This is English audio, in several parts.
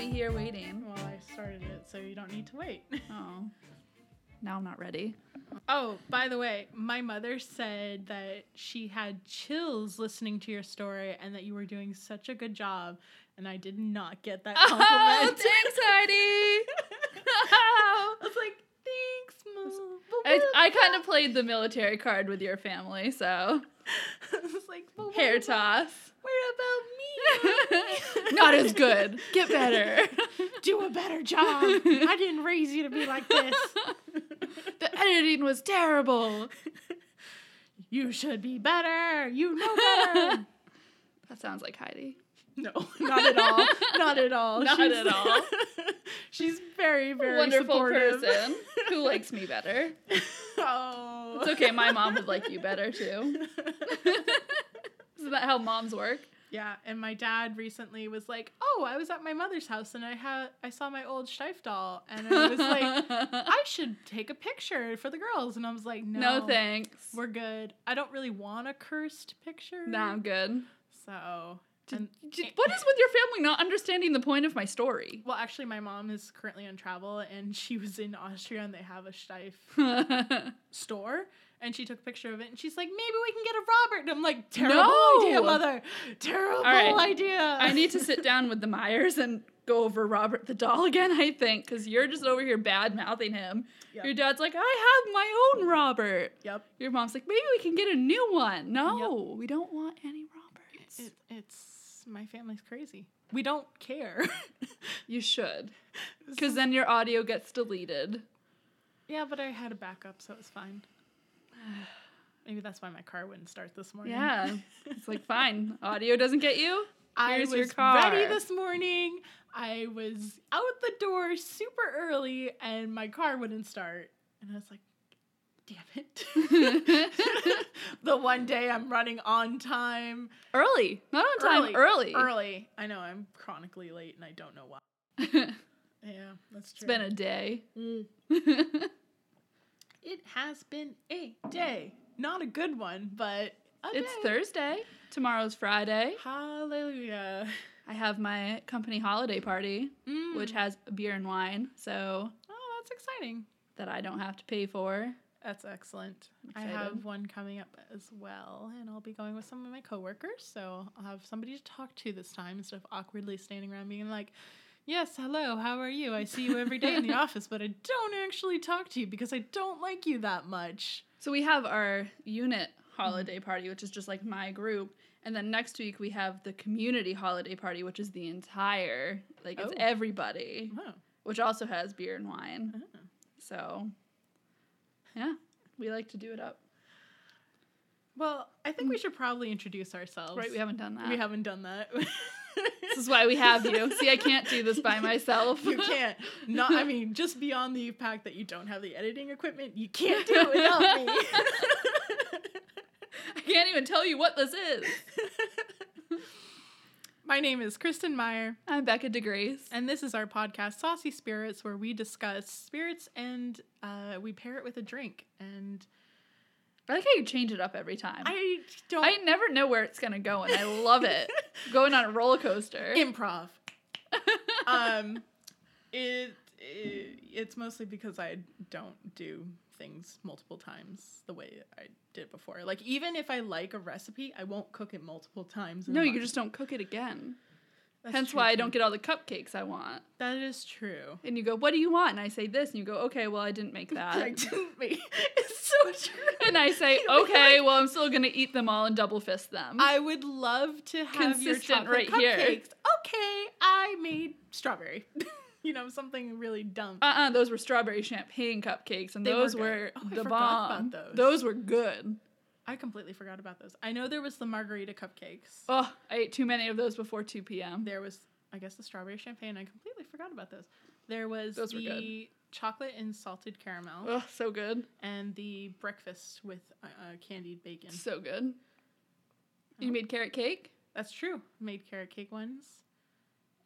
you're waiting. Well, I started it, so you don't need to wait. Oh. Now I'm not ready. Oh, by the way, my mother said that she had chills listening to your story and that you were doing such a good job, and I did not get that compliment. Oh, thanks, Heidi. I was like, thanks, mom. I, I kind of played the military card with your family, so I was like, well, what hair about- toss. What about me? Not as good. Get better. Do a better job. I didn't raise you to be like this. The editing was terrible. You should be better. You know better. That sounds like Heidi. No, not at all. Not at all. Not at all. She's very, very Wonderful supportive. person who likes me better. Oh. It's okay, my mom would like you better too. Isn't that how moms work? yeah, and my dad recently was like, "Oh, I was at my mother's house and I had I saw my old Steif doll and I was like, I should take a picture for the girls." And I was like, "No, no, thanks. We're good. I don't really want a cursed picture." Nah, I'm good. So, um, Did- and- J- What is with your family not understanding the point of my story? well, actually, my mom is currently on travel, and she was in Austria, and they have a Steif store and she took a picture of it and she's like, maybe we can get a Robert. And I'm like, terrible No. idea, mother. Terrible right. idea. I need to sit down with the Myers and go over Robert the doll again, I think, because you're just over here bad mouthing him. Yep. Your dad's like, I have my own Robert. Yep. Your mom's like, maybe we can get a new one. No, we don't want any Roberts. It, it's my family's crazy. We don't care. you should, because then your audio gets deleted. yeah, but I had a backup, so it was fine. Maybe that's why my car wouldn't start this morning. Yeah, it's like fine, audio doesn't get you. I Here's was your car. ready this morning. I was out the door super early and my car wouldn't start. And I was like, damn it. the one day I'm running on time. Early, not on time. Early. Early. I know I'm chronically late and I don't know why. Yeah, that's it's true. Mm. been a day. it has been a day. Not a good one, but a It's day. Thursday. Tomorrow's Friday. Hallelujah. I have my company holiday party, which Mm. has beer and wine, so Oh, that's exciting. that I don't have to pay for. That's excellent. I'm I excited. have one coming up as well, and I'll be going with some of my coworkers, so I'll have somebody to talk to this time instead of awkwardly standing around being like, Yes, hello, how are you? I see you every day in the office, but I don't actually talk to you because I don't like you that much. So we have our unit holiday Mm-hmm. party, which is just like my group. And then next week we have the community holiday party, which is the entire, like it's Oh. everybody, Oh, which also has beer and wine. oh. So, yeah, we like to do it up. Well, I think we should probably introduce ourselves. Hmm. Right? We haven't done that. we haven't done that. This is why we have you. See, I can't do this by myself. you can't. Not I mean, just beyond the fact that you don't have the editing equipment, you can't do it without me. I can't even tell you what this is. My name is Kristen Meyer, I'm Becca DeGrace. and this is our podcast, Saucy Spirits, where we discuss spirits and uh, we pair it with a drink. And I like how you change it up every time. I, I don't never know where it's gonna go, and I love it. Going on a roller coaster. improv. um, it, it it's mostly because I don't do things multiple times the way I did before. Like even if I like a recipe, I won't cook it multiple times. in a No, you month. just don't cook it again. That's Hence true, why I too. don't get all the cupcakes I want. That is true. And you go, what do you want? And I say this, and you go, okay, well, I didn't make I that. didn't make. It's so true. and I say, You'll be okay, well, I'm still gonna eat them all and double fist them. I would love to have your Consistent chocolate right here. cupcakes. Okay, I made strawberry. you know, something really dumb. uh uh those were strawberry champagne cupcakes, and They were those good. were, Oh, the I forgot about bomb. those. were good. I completely forgot about those. I know there was the margarita cupcakes. Oh, I ate too many of those before 2 p.m. There was, I guess, the strawberry champagne. I completely forgot about those. There was Those were the good. chocolate and salted caramel, Oh, so good. and the breakfast with uh, uh, candied bacon. So good. You made carrot cake? That's true. Made carrot cake ones,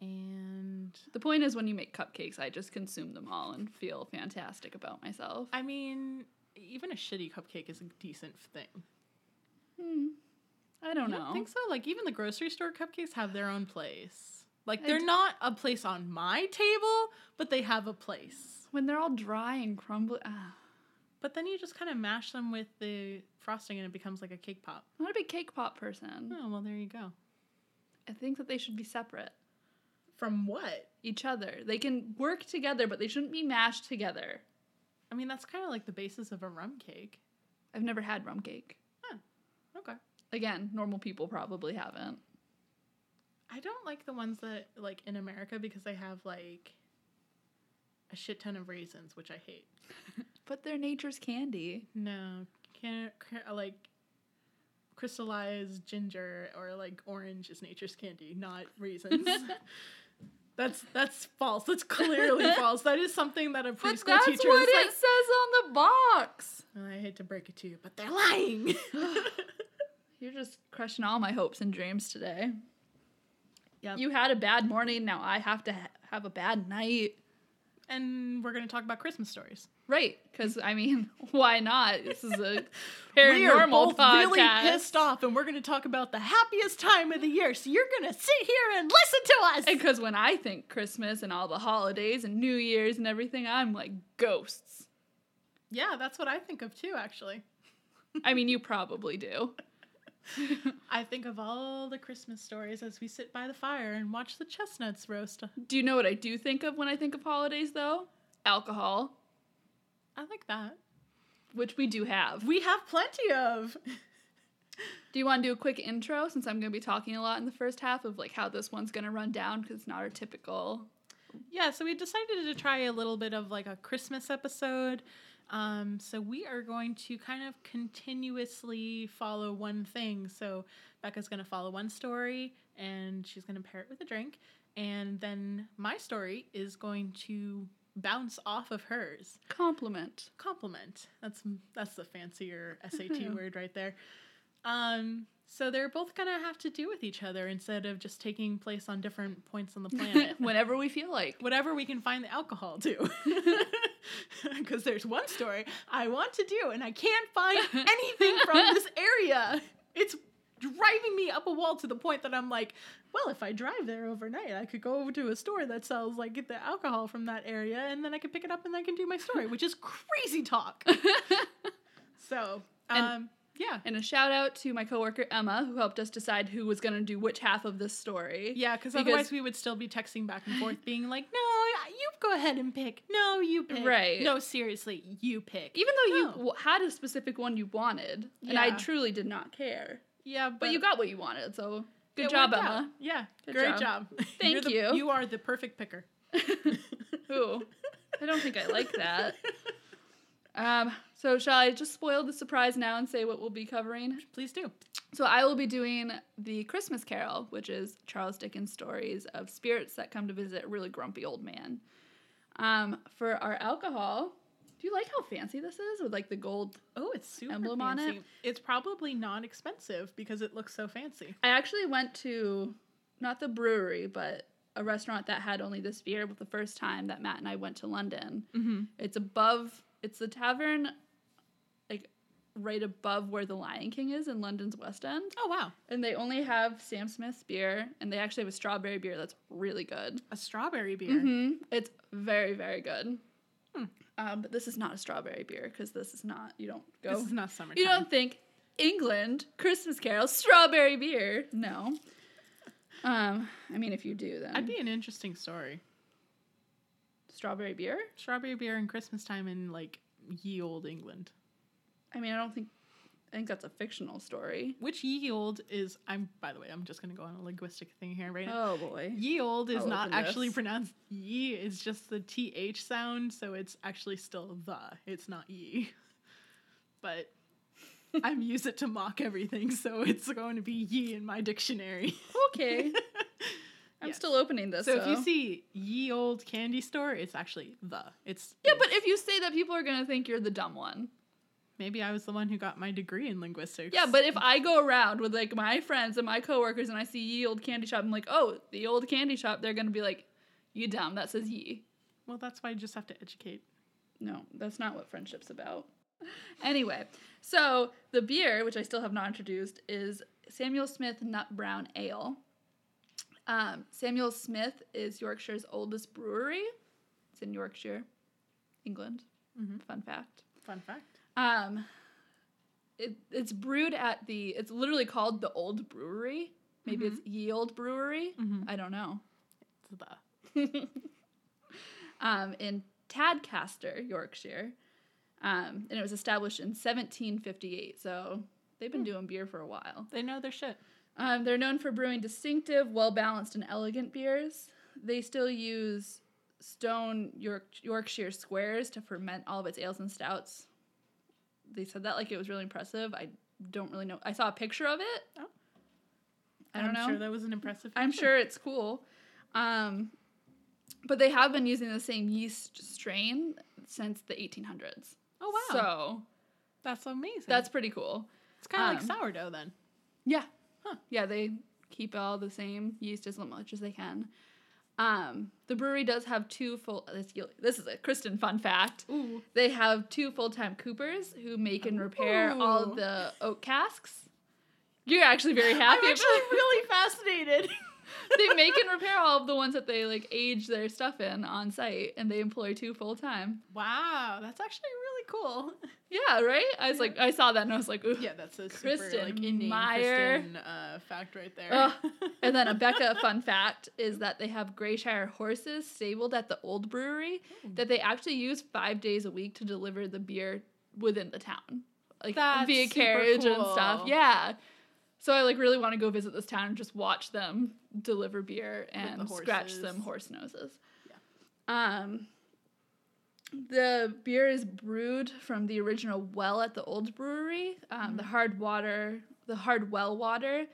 and The point is, when you make cupcakes, I just consume them all and feel fantastic about myself. I mean, even a shitty cupcake is a decent thing. I don't You know. don't think so? Like even the grocery store cupcakes have their own place. Like I they're d- not a place on my table, but they have a place. When they're all dry and crumbly, ah, But then you just kind of mash them with the frosting and it becomes like a cake pop. I'm not a big cake pop person. Oh, well, there you go. I think that they should be separate. From what? Each other. They can work together, but they shouldn't be mashed together. I mean, that's kind of like the basis of a rum cake. I've never had rum cake. Okay. Again, normal people probably haven't. I don't like the ones that like in America because they have like a shit ton of raisins, which I hate. But they're nature's candy. No, can not like crystallized ginger or like orange is nature's candy, not raisins. that's that's false. That's clearly false. That is something that a preschool But that's teacher what is it like. says on the box. "Well, I hate to break it to you, but they're lying. You're just crushing all my hopes and dreams today. Yep. You had a bad morning, now I have to ha- have a bad night. and we're gonna talk about Christmas stories. Right, because I mean, why not? This is a We are paranormal both podcast. really pissed off, and we're gonna talk about the happiest time of the year. So you're gonna sit here and listen to us. Because when I think Christmas and all the holidays and New Year's and everything, I'm like ghosts. yeah, that's what I think of too. Actually, I mean, you probably do. I think of all the Christmas stories as we sit by the fire and watch the chestnuts roast. Do you know what I do think of when I think of holidays, though? Alcohol, I like that. which we do have. We have plenty of. Do you want to do a quick intro since I'm going to be talking a lot in the first half of like how this one's going to run down because it's not our typical. Yeah, so we decided to try a little bit of like a Christmas episode. Um, so we are going to kind of continuously follow one thing. So Becca's going to follow one story and she's going to pair it with a drink. And then my story is going to bounce off of hers. Compliment. compliment. That's that's the fancier SAT Yeah. word right there. Um, so they're both gonna have to do with each other instead of just taking place on different points on the planet. Whenever we feel like. Whatever we can find the alcohol to, because there's one story I want to do and I can't find anything from this area. It's driving me up a wall to the point that I'm like, well, if I drive there overnight, I could go over to a store that sells like the alcohol from that area, and then I could pick it up and I can do my story, which is crazy talk. So, um, And- yeah. and a shout out to my coworker Emma who helped us decide who was going to do which half of this story. Yeah, because Because- otherwise we would still be texting back and forth, being like, "No, you go ahead and pick. No, you pick. Right. No, seriously, you pick. Even though you No. w- had a specific one you wanted, and I Oh. Yeah. truly did not care, yeah, but, but you got what you wanted, so good it job, worked out. Emma. Yeah, Good great job. job. Thank You're the- you. You are the perfect picker. Ooh, I don't think I like that. Um, so shall I just spoil the surprise now and say what we'll be covering? Please do. So I will be doing the Christmas Carol, which is Charles Dickens' stories of spirits that come to visit a really grumpy old man. Um, for our alcohol, do you like how fancy this is with like the gold? Oh, it's super Emblem on fancy. it. It's probably not expensive because it looks so fancy. I actually went to not the brewery, but a restaurant that had only this beer the first time that Matt and I went to London. Mm-hmm. It's above. It's the tavern, like right above where the Lion King is in London's West End, Oh wow, and they only have Sam Smith's beer, and they actually have a strawberry beer that's really good. a strawberry beer. hmm It's very very good. Mm-hmm. Hmm. Um, but this is not a strawberry beer because this is not. You don't go. This is not summertime. you don't think England Christmas Carol strawberry beer? No. Um, I mean, if you do, then I'd be an interesting story. strawberry beer. Strawberry beer and Christmas time in like ye old England. I mean, I don't think. I think that's a fictional story. Which ye old is I'm by the way, I'm just gonna go on a linguistic thing here right now. Oh boy. Ye old is I'll not open actually this. pronounced ye, it's just the th sound, so it's actually still the. It's not ye. But I'm used it to mock everything, so it's going to be ye in my dictionary. Okay. I'm Yes. still opening this. so if you see ye old candy store, it's actually the. It's yeah, but if you say that, people are gonna think you're the dumb one. maybe I was the one who got my degree in linguistics. Yeah, but if I go around with like my friends and my coworkers and I see ye old candy shop, I'm like, oh, the old candy shop. They're gonna be like, you dumb. That says ye. well, that's why you just have to educate. No, that's not what friendship's about. anyway, so the beer, which I still have not introduced, is Samuel Smith Nut Brown Ale. Um, Samuel Smith is Yorkshire's oldest brewery. It's in Yorkshire, England. Mhm. Fun fact. Fun fact. Um, it, it's brewed at the. It's literally called the Old Brewery. Maybe it's Ye Old Brewery. Mhm. I don't know. It's the um, in Tadcaster, Yorkshire, um, and it was established in 1758. So they've been doing beer for a while. They know their shit. Um, they're known for brewing distinctive, well balanced, and elegant beers. They still use stone York- Yorkshire squares to ferment all of its ales and stouts. They said that like it was really impressive. I don't really know. I saw a picture of it. Oh. I don't am know. sure that was an impressive. I'm picture. sure it's cool. Um, but they have been using the same yeast strain since the 1800s. Oh wow, So that's amazing. that's pretty cool. it's kind of um, like sourdough then. Yeah. Huh. Yeah, they keep all the same yeast as much as they can. Um, the brewery does have two full. This, this is a Kristen fun fact. Ooh, They have two full time coopers who make and repair all Ooh. the oak casks. You're actually very happy. I'm about- actually really fascinated. they make and repair all of the ones that they like age their stuff in on site and they employ two full time. wow, that's actually really cool. Yeah, right? I was like I saw that and I was like, ooh. Yeah, that's a super Kristen like in Meyer. Kristen, uh, fact right there. Ugh. And then a Becca fun fact is that they have Grayshire horses stabled at the old brewery that they actually use five days a week to deliver the beer within the town. Like That's via super carriage and stuff. cool. Yeah. So I like really want to go visit this town and just watch them deliver beer the and scratch some horse horses. noses. Yeah. Um the beer is brewed from the original well at the old brewery. Um, The Mm. hard water, the hard well water,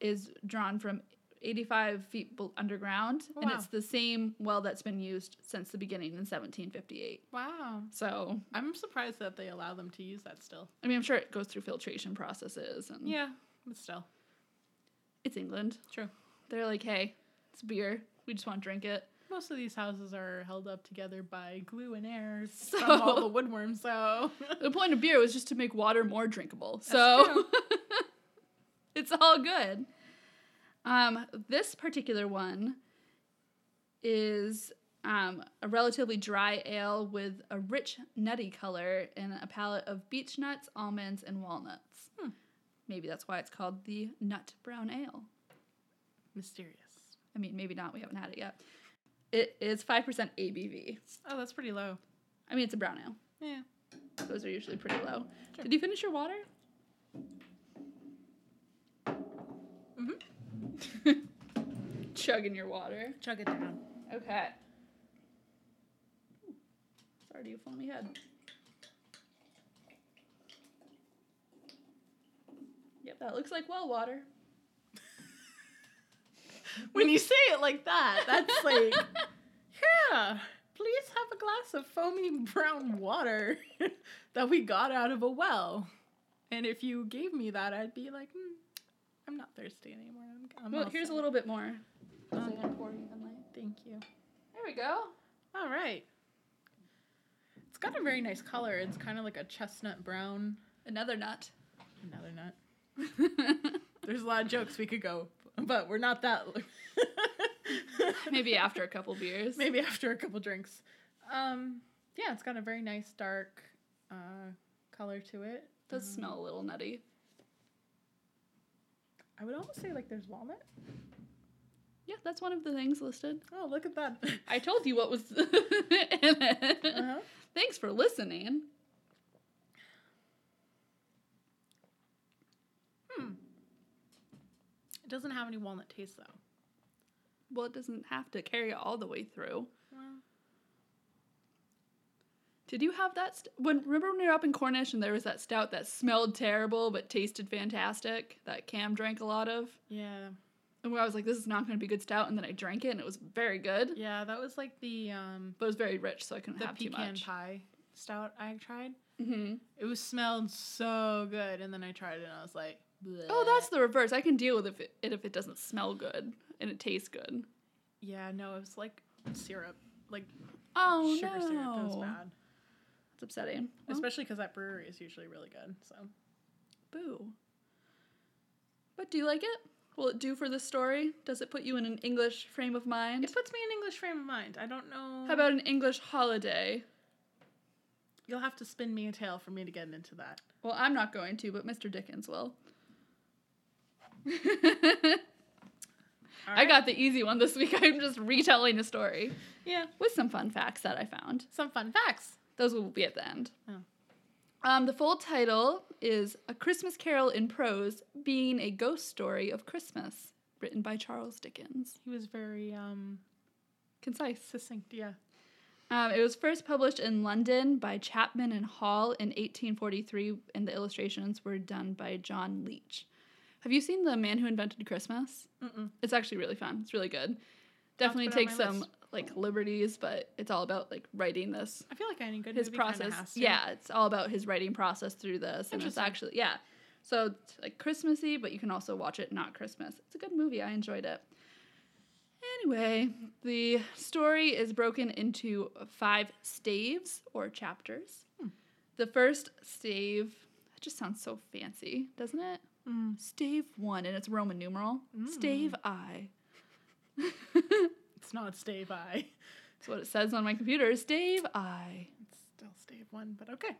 is drawn from 85 feet bel- underground, and Oh, Wow. it's the same well that's been used since the beginning in 1758. wow, So, I'm surprised that they allow them to use that still. I mean, I'm sure it goes through filtration processes, and Yeah, but still it's England. true. They're like, hey, it's beer. We just want to drink it. Most of these houses are held up together by glue and air from all So- the woodworms. So The point of beer was just to make water more drinkable. so it's all good. Um, this particular one is um, a relatively dry ale with a rich nutty color and a palette of beech nuts, almonds, and walnuts. Hmm. Maybe that's why it's called the nut brown ale. mysterious. I mean, maybe not. We haven't had it yet. It is 5% ABV. Oh, that's pretty low. I mean, it's a brown ale. Yeah. Those are usually pretty low. Sure. Did you finish your water? Mm-hmm. Chugging your water. Chug it down. Okay. Sorry to you, foamy head. Yep, that looks like well water. When you say it like that, that's like, yeah, please have a glass of foamy brown water that we got out of a well. And if you gave me that, I'd be like, mm, I'm not thirsty anymore. I'm, I'm Well, all here's a set." little bit more. Um, 'cause I Okay. didn't pour evenly. Thank you. There we go. All right. It's got a very nice color. It's kind of like a chestnut brown. Another nut. Another nut. There's a lot of jokes we could go, but we're not that. Maybe after a couple beers. maybe after a couple drinks. Um, yeah, it's got a very nice dark uh, color to it. does smell a little nutty. I would almost say like there's walnut. Yeah, that's one of the things listed. Oh, look at that. I told you what was in it. uh-huh. Thanks for listening. It doesn't have any walnut taste though. Well, it doesn't have to carry it all the way through. Well, Did you have that? St- when remember when we were up in Cornish and there was that stout that smelled terrible but tasted fantastic that Cam drank a lot of, yeah, and where I was like, "This is not going to be good stout," and then I drank it and it was very good, yeah, that was like the um but it was very rich, so I couldn't the have too pecan much. pie stout I tried. hmm It was smelled so good, and then I tried it and I was like, Bleh. Oh, that's the reverse. I can deal with if it if it doesn't smell good and it tastes good. yeah, no, it was like syrup, like Oh sugar no, syrup. That was bad, It's upsetting. Well, especially because that brewery is usually really good. So Boo. But do you like it? Will it do for this story? Does it put you in an English frame of mind? It puts me in English frame of mind. I don't know. How about an English holiday? You'll have to spin me a tale for me to get into that. Well, I'm not going to, but Mr. Dickens will. All I right. got the easy one this week. I'm just retelling a story yeah with some fun facts that I found. some fun facts. Those will be at the end. Oh. Um, the full title is A Christmas Carol in Prose Being a Ghost Story of Christmas, written by Charles Dickens. He was very um Concise. succinct. Yeah. Um, it was first published in London by Chapman and Hall in 1843, and the illustrations were done by John Leech. Have you seen The Man Who Invented Christmas? Mm-mm. It's actually really fun. It's really good. Definitely put it on takes my some list. like liberties, but it's all about like writing this I feel like any good his movie kinda process. has to. Yeah, it's all about his writing process through this, and it's Interesting. actually yeah. So it's like Christmassy, but you can also watch it not Christmas. It's a good movie. I enjoyed it. Anyway, the story is broken into five staves or chapters. Hmm. The first stave that just sounds so fancy, doesn't it? Mm. Stave one, and it's Roman numeral. Hmm. Stave I. It's not stay by. That's what it says on my computer. Stave I. It's still stave one, but okay.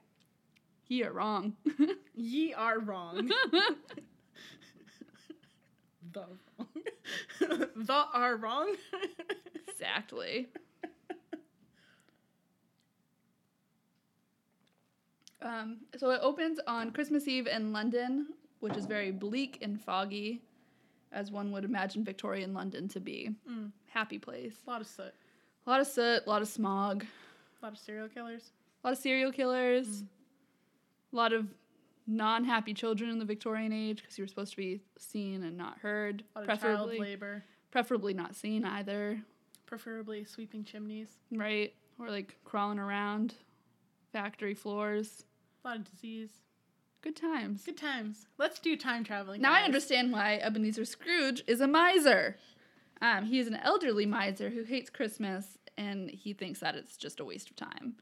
You're wrong. Ye are wrong. the wrong. the are wrong. Exactly. um, so it opens on Christmas Eve in London, which is very bleak and foggy, as one would imagine Victorian London to be. Mm. Happy place. a lot of soot. A lot of soot, a lot of smog, A lot of serial killers. a lot of serial killers, Mm. a lot of non happy children in the Victorian age because you were supposed to be seen and not heard. A lot of child Preferably, labor. preferably not seen either. Preferably sweeping chimneys. Right. Or like crawling around factory floors. A lot of disease. Good times. Good times. Let's do time traveling. Now I guys. understand why Ebenezer Scrooge is a miser. Um, he is an elderly miser who hates Christmas and he thinks that it's just a waste of time.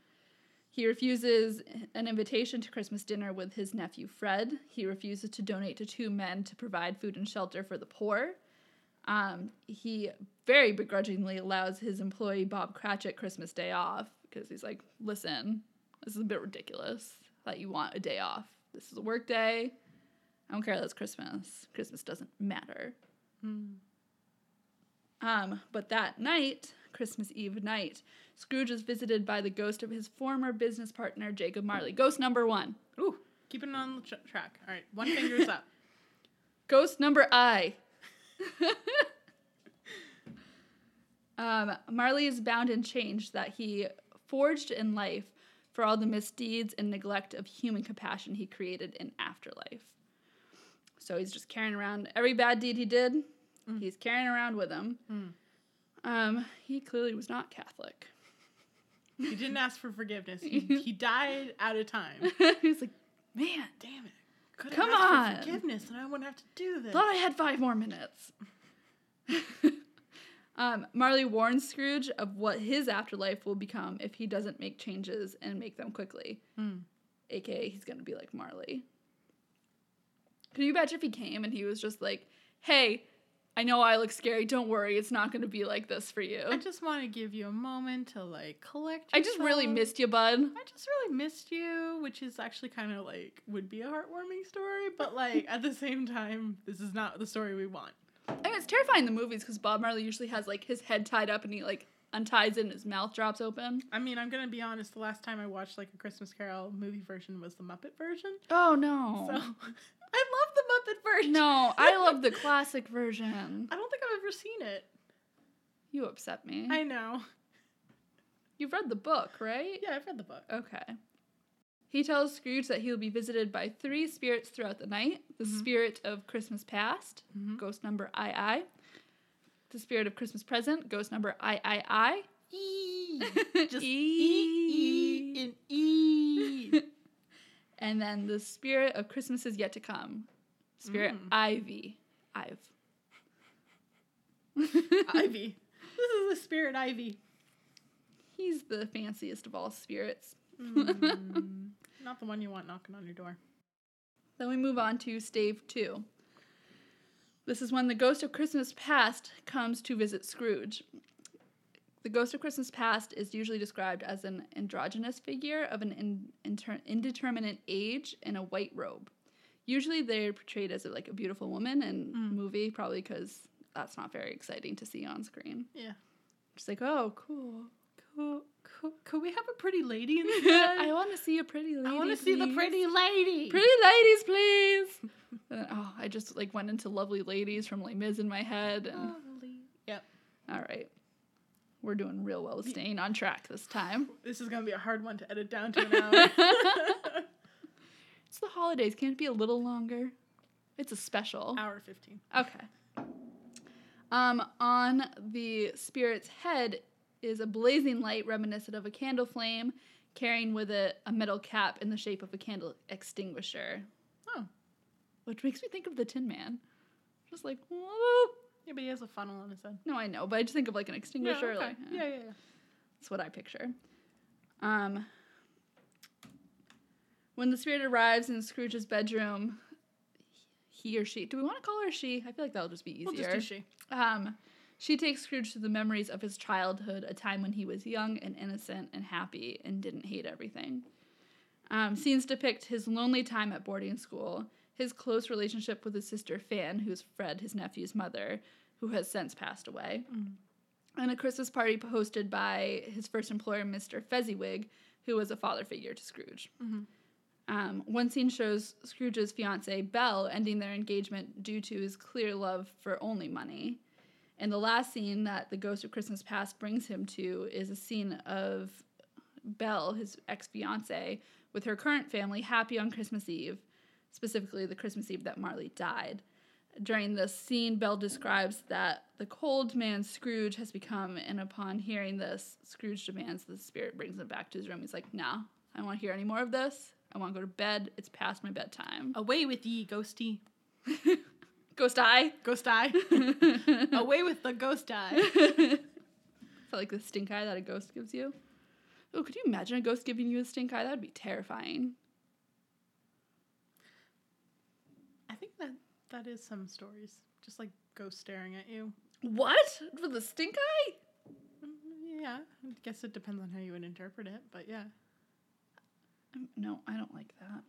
He refuses an invitation to Christmas dinner with his nephew Fred. He refuses to donate to two men to provide food and shelter for the poor. Um, he very begrudgingly allows his employee Bob Cratchit Christmas day off because he's like, listen, this is a bit ridiculous that you want a day off. This is a work day. I don't care that it's Christmas. Christmas doesn't matter. Mm. Um, but that night, Christmas Eve night, Scrooge is visited by the ghost of his former business partner, Jacob Marley. Ghost number one. Ooh, keeping it on the tra- track. All right, one finger's up. Ghost number I. um, Marley is bound and changed that he forged in life for all the misdeeds and neglect of human compassion he created in afterlife. So he's just carrying around every bad deed he did, he's carrying around with him. Mm. Um, he clearly was not Catholic. He didn't ask for forgiveness. He, he died out of time. he's like, man, Damn it. Could Come asked on. For forgiveness, and I wouldn't have to do this. Thought I had five more minutes. um, Marley warns Scrooge of what his afterlife will become if he doesn't make changes and make them quickly. Hmm. AKA, he's going to be like Marley. Can you imagine if he came and he was just like, hey, I know I look scary. Don't worry. It's not going to be like this for you. I just want to give you a moment to like collect. I just really yourself. missed you, bud. I just really missed you, which is actually kind of like would be a heartwarming story, but like at the same time, this is not the story we want. I mean, it's terrifying in the movies because Bob Marley usually has like his head tied up and he like unties it and his mouth drops open. I mean, I'm gonna be honest. The last time I watched like a Christmas Carol movie version was the Muppet version, Oh, no. so I love the Muppet version. No, I love the classic version. I don't think I've ever seen it. You upset me. I know. You've read the book, right? Yeah, I've read the book. Okay. He tells Scrooge that he'll be visited by three spirits throughout the night the Mhm. spirit of Christmas past, Mhm. ghost number II, the spirit of Christmas present, ghost number III, E. Just Just E. E. E. And E. and then the spirit of Christmas is yet to come, spirit Mm. Ivy. Ive. Ivy. This is the spirit Ivy. He's the fanciest of all spirits. Mm, not the one you want knocking on your door. Then we move on to stave two. This is when the ghost of Christmas past comes to visit Scrooge. The ghost of Christmas past is usually described as an androgynous figure of an in, inter- indeterminate age in a white robe. Usually they're portrayed as like a beautiful woman in Mm. movie, probably because that's not very exciting to see on screen. Yeah. Just like, oh, cool. Cool. Cool. Could we have a pretty lady in this? I want to see a pretty lady. I want to see the please. pretty lady. Pretty ladies, please. And then, oh, I just like went into lovely ladies from Les Mis in my head. And, Lovely. Yep. All right, we're doing real well, staying on track this time. This is gonna be a hard one to edit down to an hour. It's the holidays. Can't it be a little longer? It's a special. hour fifteen. Okay. Um, on the spirit's head is a blazing light reminiscent of a candle flame, carrying with it a metal cap in the shape of a candle extinguisher. Oh. Which makes me think of the Tin Man. Just like, whoop. Yeah, but he has a funnel on his head. No, I know, but I just think of like an extinguisher. Like, eh, yeah, yeah, yeah. That's what I picture. Um, when the spirit arrives in Scrooge's bedroom, he or she, do we want to call her she? I feel like that'll just be easier. We'll just do she. Um, she takes Scrooge to the memories of his childhood, a time when he was young and innocent and happy and didn't hate everything. Um, scenes depict his lonely time at boarding school, his close relationship with his sister Fan, who's Fred, his nephew's mother, who has since passed away, Mm. and a Christmas party hosted by his first employer, Mr. Fezziwig, who was a father figure to Scrooge. Mhm. Um, one scene shows Scrooge's fiancee Belle ending their engagement due to his clear love for only money. And the last scene that the Ghost of Christmas Past brings him to is a scene of Belle, his ex fiancee, with her current family happy on Christmas Eve, specifically the Christmas Eve that Marley died. During this scene, Belle describes that the cold man Scrooge has become, and upon hearing this, Scrooge demands the spirit brings him back to his room. He's like, No, I don't want to hear any more of this. I want to go to bed. It's past my bedtime. Away with ye, ghosty. Ghost eye. Ghost eye. I Away with the ghost eye. felt like the stink eye that a ghost gives you. Oh, could you imagine a ghost giving you a stink eye? That'd be terrifying. I think that that is some stories. Just like ghosts staring at you. What? With a stink eye? Mm, Yeah, I guess it depends on how you would interpret it, but yeah. Um, No, I don't like that.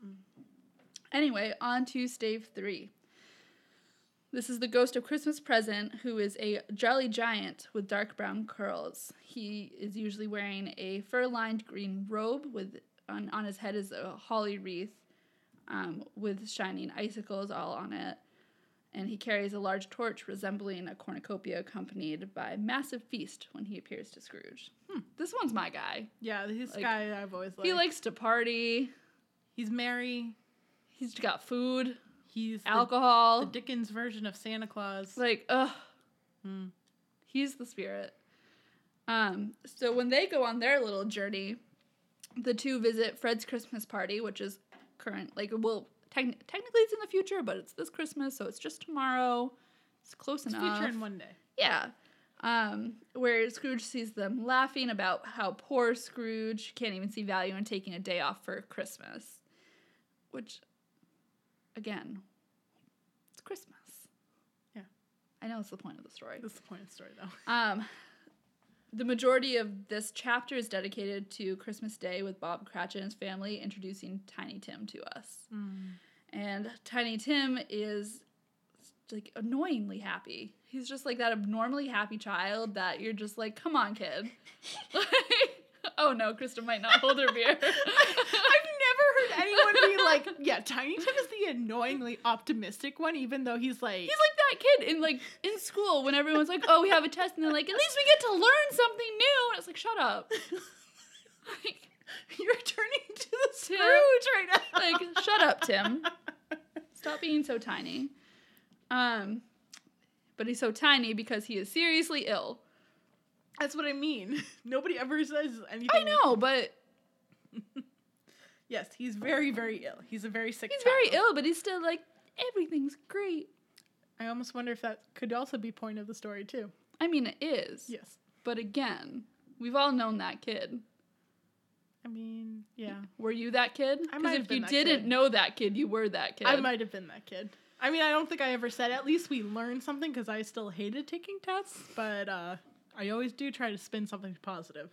Anyway, on to stave three. This is the ghost of Christmas Present, who is a jolly giant with dark brown curls. He is usually wearing a fur-lined green robe with on, on his head is a holly wreath um, with shining icicles all on it. And he carries a large torch resembling a cornucopia accompanied by massive feast when he appears to Scrooge. Hmm, This one's my guy. Yeah, this Like, guy I've always liked. he likes to party. he's merry. He's got food, He's the- alcohol. the Dickens version of Santa Claus. like, ugh, Hmm. he's the spirit. Um, so when they go on their little journey, the two visit Fred's Christmas party, which is current, like, well, techni- technically it's in the future, but it's this Christmas, so it's just tomorrow. It's close It's enough. future in one day. Yeah. Um, where Scrooge sees them laughing about how poor Scrooge can't even see value in taking a day off for Christmas. Which, again, it's Christmas. Yeah. I know it's the point of the story. That's the point of the story, though. Um, the majority of this chapter is dedicated to Christmas Day with Bob Cratchit and his family introducing Tiny Tim to us. Mm. And Tiny Tim is like annoyingly happy. He's just like that abnormally happy child that you're just like, come on, kid. oh no, Krista might not hold her beer. I've never heard anyone be like, yeah, Tiny Tim is the annoyingly optimistic one, even though he's like, He's like that kid in like in school when everyone's like, oh, we have a test, and they're like, at least we get to learn something new. And it's like, shut up. Like, you're turning into the Tim. Scrooge right now. like shut up tim stop being so tiny um but he's so tiny because he is seriously ill That's what I mean. Nobody ever says anything. i know but Yes, he's very, very ill. He's a very sick. he's child. very ill but he's still like everything's great I almost wonder if that could also be point of the story too. i mean it is Yes. but again we've all known that kid I mean, yeah. were you that kid I might because have if been you that didn't kid. know that kid you were that kid I might have been that kid. I mean, I don't think I ever said at least we learned something because I still hated taking tests, but uh, I always do try to spin something positive.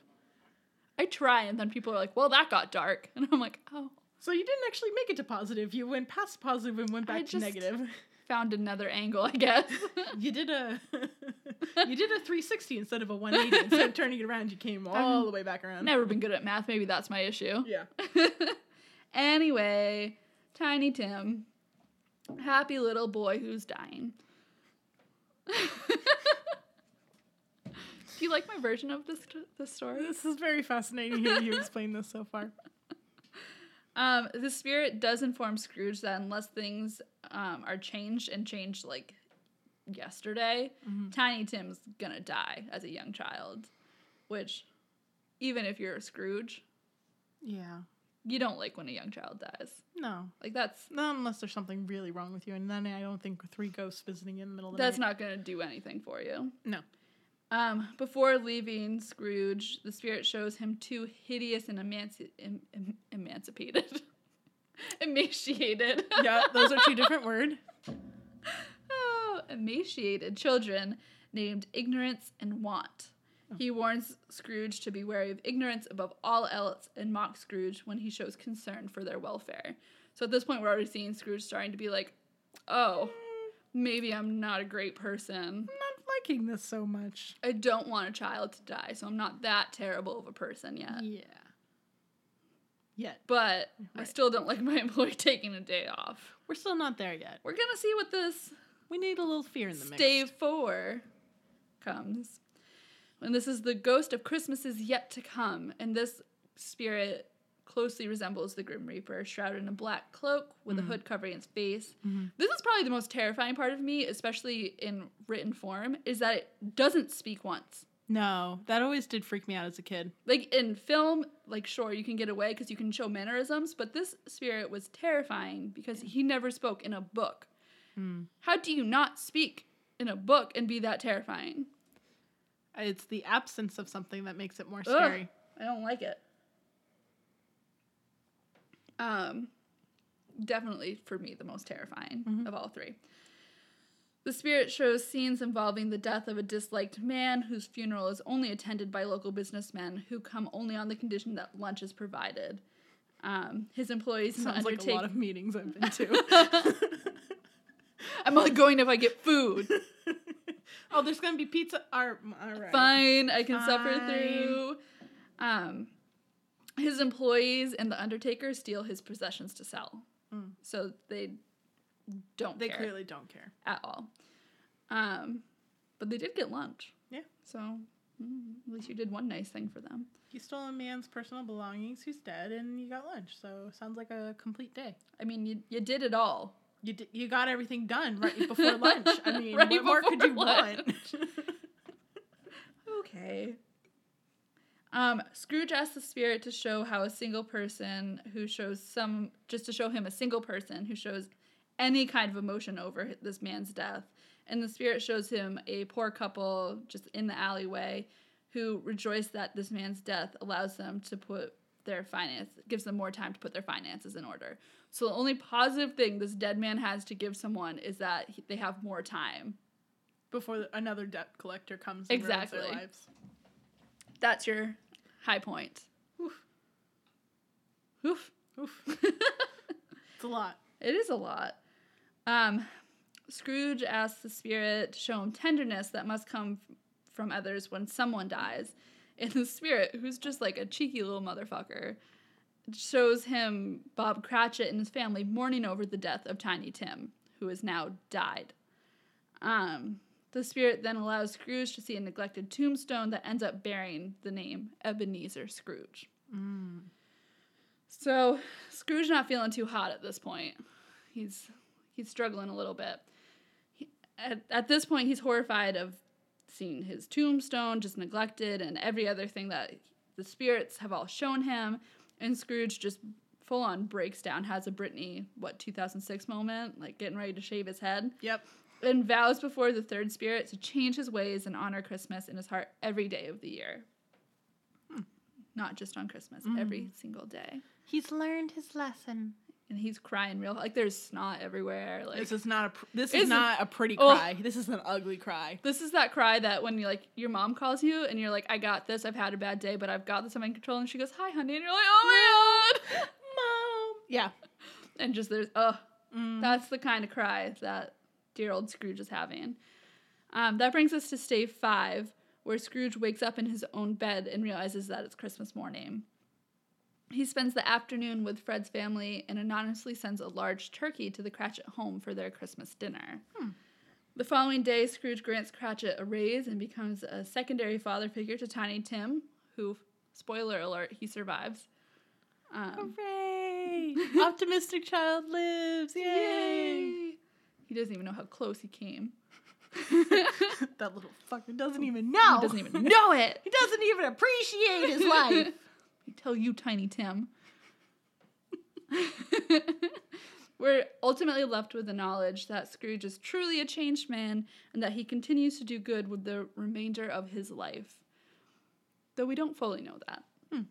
I try, and then people are like, well, that got dark. And I'm like, oh, So you didn't actually make it to positive. You went past positive and went I back just- to negative. found another angle, I guess. You did a you did a 360 instead of a 180. Instead of turning it around, you came all the way back around. Never been good at math. Maybe that's my issue. Yeah. anyway, Tiny Tim, happy little boy who's dying. Do you like my version of this this story? This is very fascinating hearing you explain this so far. Um, the spirit does inform Scrooge that unless things um, are changed and changed like yesterday, Tiny Tim's gonna die as a young child. Which, even if you're a Scrooge, Yeah. you don't like when a young child dies. No. Like that's Not unless there's something really wrong with you, and then I don't think three ghosts visiting you in the middle of the that's night. not gonna do anything for you. No. Um, before leaving Scrooge, the spirit shows him two hideous and emanci- em- em- emancipated, emaciated, yeah, those are two different words. oh, emaciated children named Ignorance and Want. He warns Scrooge to be wary of ignorance above all else and mocks Scrooge when he shows concern for their welfare. So at this point, we're already seeing Scrooge starting to be like, oh, maybe I'm not a great person. I'm Mm, not liking this so much. I don't want a child to die, so I'm not that terrible of a person yet. Yeah. Yet. But I Right. still don't like my employee taking a day off. We're still not there yet. We're gonna see what this We need a little fear in the mix. stave four comes. And this is the ghost of Christmases yet to come. And this spirit closely resembles the Grim Reaper, shrouded in a black cloak with Mm-hmm. a hood covering its face. This is probably the most terrifying part of me, especially in written form, is that it doesn't speak once. No, that always did freak me out as a kid. Like in film, like sure you can get away because you can show mannerisms, but this spirit was terrifying because he never spoke in a book. How do you not speak in a book and be that terrifying? Uh, It's the absence of something that makes it more Ugh, scary. I don't like it. Um, definitely for me the most terrifying of all three. The spirit shows scenes involving the death of a disliked man whose funeral is only attended by local businessmen who come only on the condition that lunch is provided. Um, his employees Sounds like a undertake. lot of meetings I've been to. I'm only going if I get food. oh, there's gonna be pizza. Ar- all right. fine, I can suffer Fine. through. Um, his employees and the undertaker steal his possessions to sell, so they don't Mm. They care clearly don't care. at all. Um, but they did get lunch, Yeah. so mm, at least you did one nice thing for them. You stole a man's personal belongings who's dead, and you got lunch. So sounds like a complete day. I mean, you you did it all. You d- you got everything done right before lunch. I mean, Right what more could before you lunch. want? Okay. Um, Scrooge asks the spirit to show how a single person who shows some, just to show him a single person who shows any kind of emotion over this man's death. And the spirit shows him a poor couple just in the alleyway who rejoice that this man's death allows them to put their finance, gives them more time to put their finances in order. So the only positive thing this dead man has to give someone is that he, they have more time. before another debt collector comes and ruins their Exactly. lives. That's your high point. Oof. Oof. Oof. it's a lot. It is a lot. Um, Scrooge asks the spirit to show him tenderness that must come f- from others when someone dies. And the spirit, who's just like a cheeky little motherfucker, shows him Bob Cratchit and his family mourning over the death of Tiny Tim, who has now died. Um, the spirit then allows Scrooge to see a neglected tombstone that ends up bearing the name Ebenezer Scrooge. So Scrooge not feeling too hot at this point. He's he's struggling a little bit. He- at, at this point, he's horrified of seeing his tombstone just neglected and every other thing that the spirits have all shown him. And Scrooge just full on breaks down, has a Britney what 2006 moment, like getting ready to shave his head Yep. and vows before the third spirit to change his ways and honor Christmas in his heart every day of the year. Not just on Christmas, every single day. He's learned his lesson. and he's crying real like there's snot everywhere. Like this is not a. Pr- this This is is- not a pretty Oh. cry. This is an ugly cry. This is that cry that when you like your mom calls you and you're like, I got this, I've had a bad day, but I've got this, I'm in control, and she goes, Hi honey, and you're like, Oh my god Mom. Yeah. And just there's oh Mm. that's the kind of cry that dear old Scrooge is having. Um, that brings us to stage five, where Scrooge wakes up in his own bed and realizes that it's Christmas morning. He spends the afternoon with Fred's family and anonymously sends a large turkey to the Cratchit home for their Christmas dinner. Hmm. The following day, Scrooge grants Cratchit a raise and becomes a secondary father figure to Tiny Tim, who, spoiler alert, he survives. Um, Hooray! Optimistic child lives. Yay! Yay! He doesn't even know how close he came. that little fucker doesn't even know. He doesn't even know it. he doesn't even appreciate his life. I tell you, Tiny Tim. We're ultimately left with the knowledge that Scrooge is truly a changed man and that he continues to do good with the remainder of his life. Though we don't fully know that. Hmm.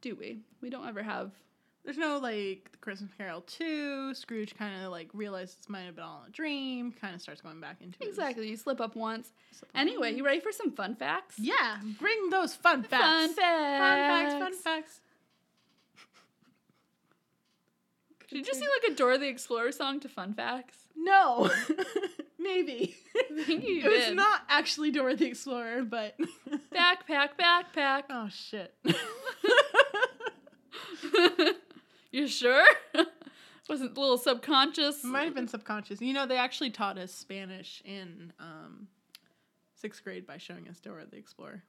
Do we? We don't ever have. There's no like the Christmas Carol 2. Scrooge kind of like realizes this might have been all a dream, kind of starts going back into his- Exactly. You slip up once. Slip up Anyway, you ready for some fun facts? Yeah, bring those fun facts. Fun facts. Fun facts, fun facts. Should you just see like a Dora the Explorer song to fun facts? No. Maybe. I think you it was did. not actually Dora the Explorer, but. Backpack, backpack. oh, shit. you sure? Wasn't a little subconscious. It might have been subconscious. You know, they actually taught us Spanish in um, sixth grade by showing us Dora the Explorer.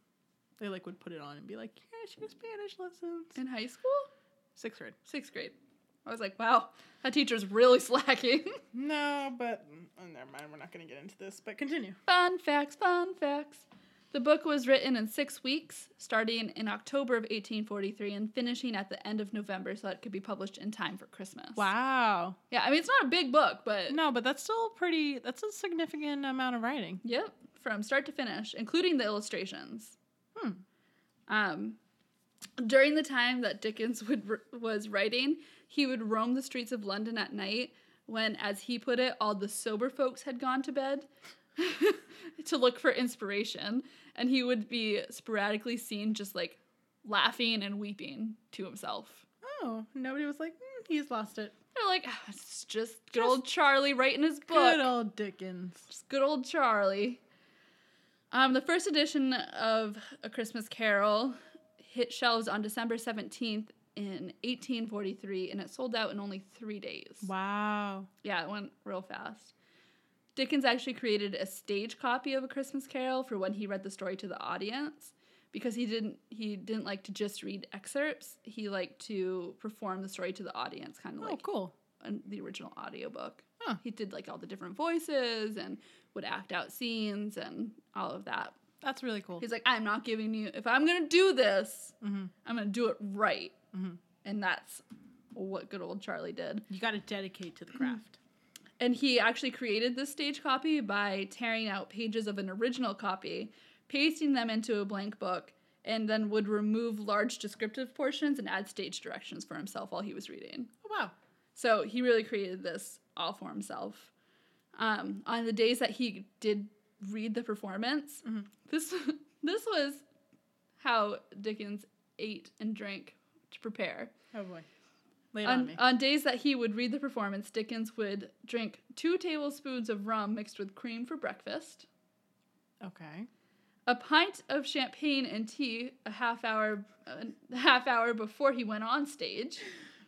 They like would put it on and be like, "Yeah, she has Spanish lessons." in high school, Sixth grade. sixth grade. I was like, wow, that teacher's really slacking. No, but oh, never mind. We're not going to get into this. But continue. fun facts, fun facts. The book was written in six weeks, starting in October of 1843 and finishing at the end of November, so that it could be published in time for Christmas. Wow. Yeah, I mean it's not a big book, but No, but that's still pretty. That's a significant amount of writing. Yep, from start to finish, including the illustrations. Hmm. Um, during the time that Dickens would was writing, he would roam the streets of London at night when, as he put it, all the sober folks had gone to bed to look for inspiration, and he would be sporadically seen just like laughing and weeping to himself. Oh, nobody was like, mm, he's lost it. They're like, "Ah, it's just good Just old Charlie writing his book. Good old Dickens. Just good old Charlie. Um, the first edition of A Christmas Carol hit shelves on December 17th in 1843 and it sold out in only three days. Wow. Yeah, it went real fast. Dickens actually created a stage copy of A Christmas Carol for when he read the story to the audience because he didn't he didn't like to just read excerpts. He liked to perform the story to the audience kind of Oh, like cool. an- the original audiobook. Huh. He did like all the different voices and would act out scenes and all of that. That's really cool. He's like, I'm not giving you, if I'm going to do this, Mhm. I'm going to do it right. Mhm. And that's what good old Charlie did. You got to dedicate to the craft. And he actually created this stage copy by tearing out pages of an original copy, pasting them into a blank book, and then would remove large descriptive portions and add stage directions for himself while he was reading. oh, wow. So he really created this all for himself. Um, on the days that he did read the performance, Mhm. this this was how Dickens ate and drank to prepare. Oh boy. Lay it on On, me. on days that he would read the performance, Dickens would drink two tablespoons of rum mixed with cream for breakfast, okay. a pint of champagne and tea a half hour a half hour before he went on stage.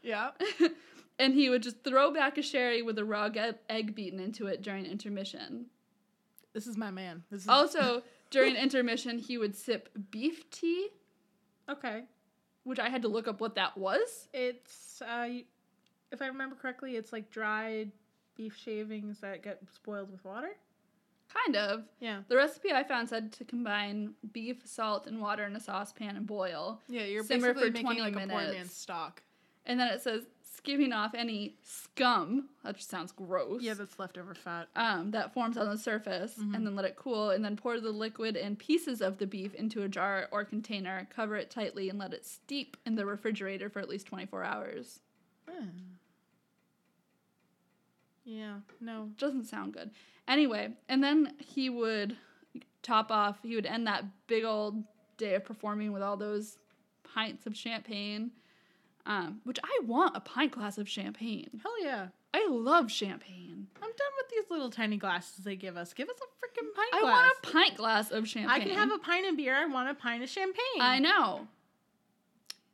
Yeah. and he would just throw back a sherry with a raw ge- egg beaten into it during intermission. This is my man. This is Also, during intermission, he would sip beef tea, okay. which I had to look up what that was. It's uh, y- if I remember correctly, it's like dried beef shavings that get spoiled with water. Kind of. Yeah. The recipe I found said to combine beef, salt, and water in a saucepan and boil. Yeah, you're Simmer basically for making 20 like a poor man's minutes. stock. And then it says skimming off any scum, that just sounds gross. Yeah, that's leftover fat. um, that forms on the surface Mhm. and then let it cool and then pour the liquid and pieces of the beef into a jar or container cover it tightly and let it steep in the refrigerator for at least 24 hours Mm. Yeah. No. Doesn't sound good. Anyway, and then he would top off, he would end that big old day of performing with all those pints of champagne, um, which I want a pint glass of champagne. Hell yeah. I love champagne. I'm done with these little tiny glasses they give us. Give us a freaking pint I glass. want a pint glass of champagne. I can have a pint of beer. I want a pint of champagne. I know.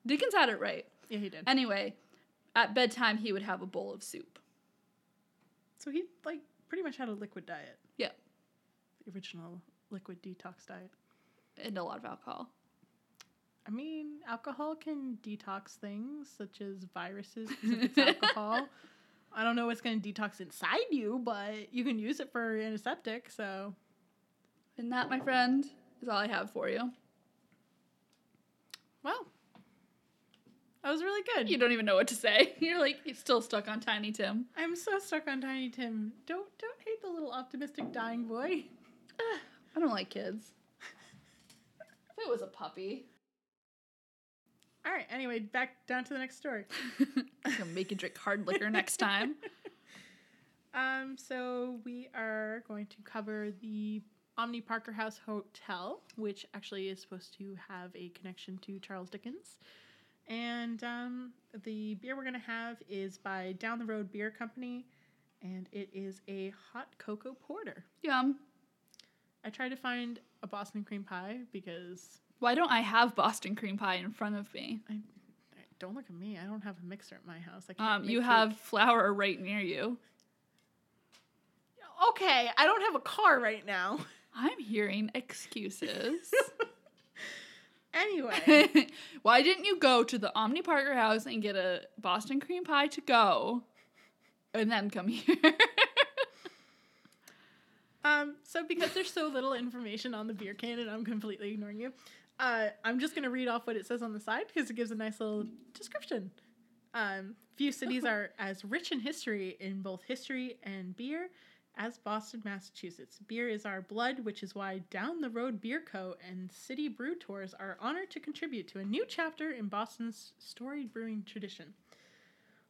Dickens had it right. yeah, he did. Anyway, at bedtime, he would have a bowl of soup. so he like pretty much had a liquid diet. Yeah, The original liquid detox diet. and a lot of alcohol. I mean, alcohol can detox things such as viruses because it's alcohol. I don't know what's going to detox inside you, but you can use it for antiseptic. So And that, my friend, is all I have for you. Wow. That was really good. You don't even know what to say. You're like, you're still stuck on Tiny Tim. I'm so stuck on Tiny Tim. Don't don't hate the little optimistic dying boy. I don't like kids. if it was a puppy, All right, anyway, back down to the next story. I'm gonna make you drink hard liquor next time. Um so we are going to cover the Omni Parker House Hotel, which actually is supposed to have a connection to Charles Dickens. And um, the beer we're going to have is by Down the Road Beer Company, and it is a hot cocoa porter. Yum. I tried to find a Boston cream pie because Why don't I have Boston cream pie in front of me? I, don't look at me. I don't have a mixer at my house. I can't Um, make you cake. have flour right near you. okay. I don't have a car right now. I'm hearing excuses. anyway, Why didn't you go to the Omni Parker house and get a Boston cream pie to go and then come here? um, so because there's so little information on the beer can, and I'm completely ignoring you, uh, I'm just gonna read off what it says on the side because it gives a nice little description. Um, few cities are as rich in history in both history and beer as Boston, Massachusetts. Beer is our blood, which is why Down the Road Beer Co. and City Brew Tours are honored to contribute to a new chapter in Boston's storied brewing tradition.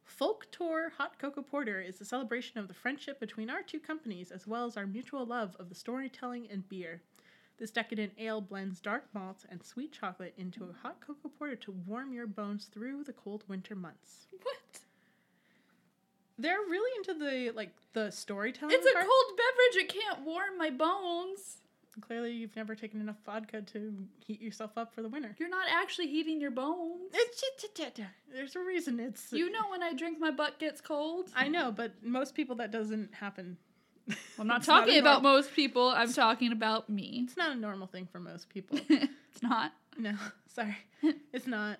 Folk Tour Hot Cocoa Porter is a celebration of the friendship between our two companies as well as our mutual love of the storytelling and beer. This decadent ale blends dark malts and sweet chocolate into a hot cocoa porter to warm your bones through the cold winter months. what? They're really into the like the storytelling. It's a part. cold beverage. It can't warm my bones. Clearly, you've never taken enough vodka to heat yourself up for the winter. You're not actually heating your bones. There's a reason it's. you know when I drink, my butt gets cold. I know, but most people that doesn't happen. I'm not It's not talking a about norm- most people. I'm talking about me. It's not a normal thing for most people. it's not. Oh, No, sorry. It's not.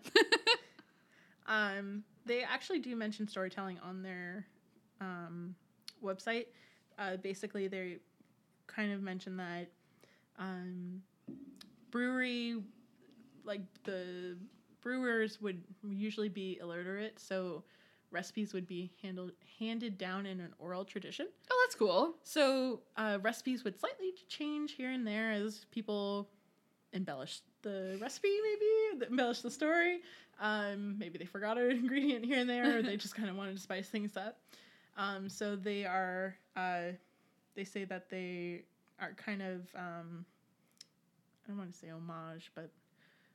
Um, they actually do mention storytelling on their um, website. Uh, basically, they kind of mention that um, brewery, like the brewers would usually be illiterate, so recipes would be handled handed down in an oral tradition. oh, that's cool. So uh, recipes would slightly change here and there as people embellish the recipe, maybe th- embellish the story. Um, maybe they forgot an ingredient here and there, or they just kind of wanted to spice things up. Um, so they are. Uh, they say that they are kind of. Um, I don't want to say homage, but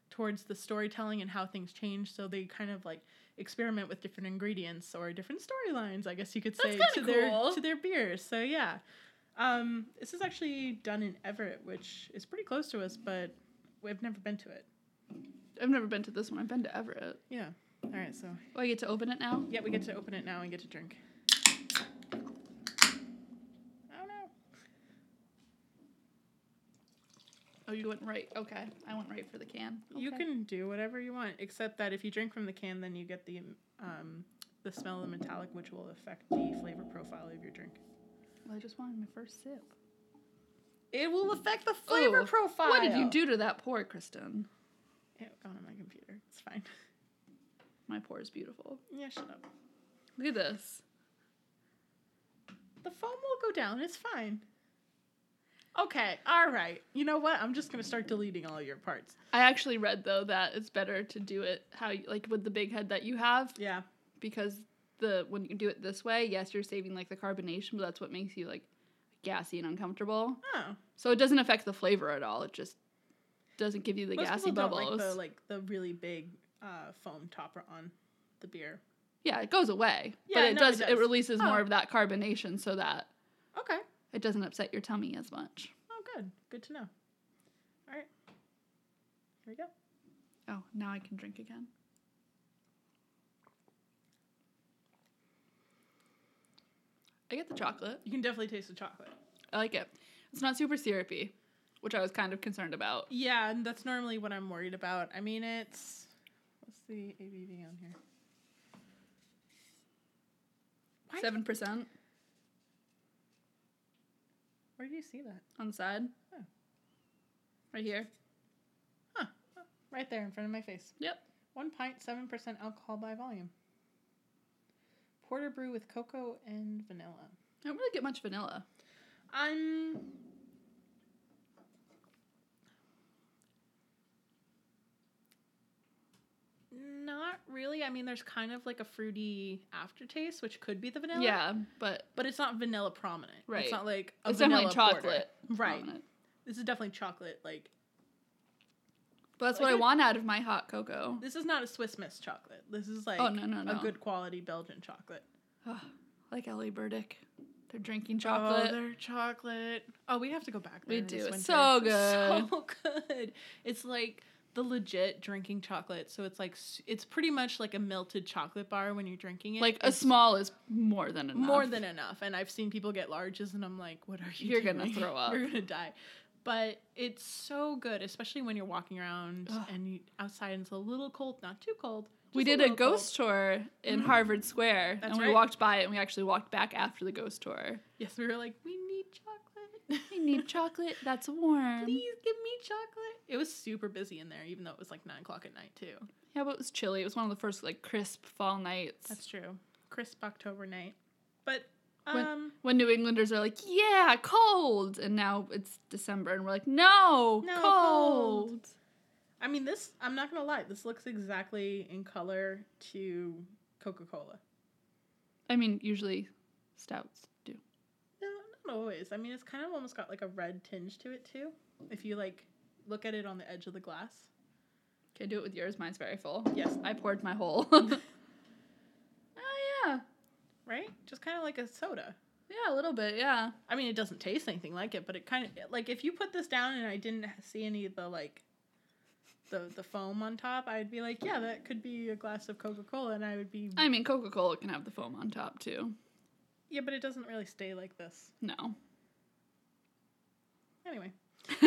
towards the storytelling and how things change. So they kind of like experiment with different ingredients or different storylines. I guess you could That's say kinda to their cool. to their beers. So yeah. Um, this is actually done in Everett, which is pretty close to us, but we've never been to it. I've never been to this one. I've been to Everett. Yeah. All right. So Oh, I get to open it now. yeah, we get to open it now and get to drink. Oh no. Oh, you went right. Okay, I went right for the can. You Okay. can do whatever you want, except that if you drink from the can, then you get the um, the smell of the metallic, which will affect the flavor profile of your drink. Well, I just wanted my first sip. It will affect the flavor Ooh, profile. What did you do to that pour, Kristen? It got on my computer. It's fine. My pour is beautiful. Yeah, shut up. Look at this. The foam will go down. It's fine. Okay. All right. You know what? I'm just gonna start deleting all your parts. I actually read though that it's better to do it how you, like with the big head that you have Yeah. because the when you do it this way, yes, you're saving like the carbonation, but that's what makes you like gassy and uncomfortable. Oh. So it doesn't affect the flavor at all. It just doesn't give you the Most gassy people don't bubbles. like the like the really big uh, foam topper on the beer. yeah, it goes away, Yeah, but it no, it does, it does. releases more Oh. of that carbonation so that Okay. it doesn't upset your tummy as much. Oh, good. Good to know. All right. Here we go. Oh, now I can drink again. I get the chocolate. You can definitely taste the chocolate. I like it. It's not super syrupy, which I was kind of concerned about. Yeah, and that's normally what I'm worried about. I mean, it's what's the ABV on here? Why- Seven percent Where do you see that? on the side. Oh. Right here. Huh? Right there in front of my face. Yep. One pint, seven percent alcohol by volume. Porter brew with cocoa and vanilla. I don't really get much vanilla. I'm. Not really. I mean, there's kind of like a fruity aftertaste, which could be the vanilla. Yeah, but But it's not vanilla prominent. Right. It's not like a it's vanilla definitely porter. chocolate. Right. prominent. This is definitely chocolate. Like But that's Like what I it- want out of my hot cocoa. this is not a Swiss Miss chocolate. This is like Oh, no, no, a no. good quality Belgian chocolate. Ugh, like Ellie Burdick. They're drinking Oh, chocolate. their chocolate. Oh, we have to go back there. We this do. It's winter. so So good. It's like the legit drinking chocolate. So it's like s- it's pretty much like a melted chocolate bar when you're drinking it. like a It's small is more than enough. more than enough. And I've seen people get larges, and I'm like, what are you? You're gonna doing? throw up. You're gonna die. But it's so good, especially when you're walking around Ugh. and you, outside and it's a little cold, not too cold. we just did a Mm-hmm. little cold. ghost tour in Mhm. Harvard Square, That's and we right. walked by it, and we actually walked back after the ghost tour. Yes, we were like, we need chocolate. We need chocolate that's warm. please give me chocolate. It was super busy in there, even though it was like nine o'clock at night too. Yeah, but it was chilly. It was one of the first like crisp fall nights true. Crisp October night, but When- um, when New Englanders are like, "Yeah, cold," and now it's December, and we're like, "No, No, cold. cold." I mean this. I'm not gonna lie. This looks exactly in color to Coca Cola. I mean, usually stouts do. No, not always. I mean, it's kind of almost got like a red tinge to it too. If you like look at it on the edge of the glass. Okay, do it with yours. Mine's very full. Yes. I poured my whole. oh yeah, Right. Just kind of like a soda. yeah, a little bit. Yeah, I mean, it doesn't taste anything like it, but it kind of like if you put this down and I didn't see any of the like the the foam on top, I'd be like, yeah, that could be a glass of Coca Cola, and I would be I mean, Coca Cola can have the foam on top too. yeah, but it doesn't really stay like this. No, Anyway,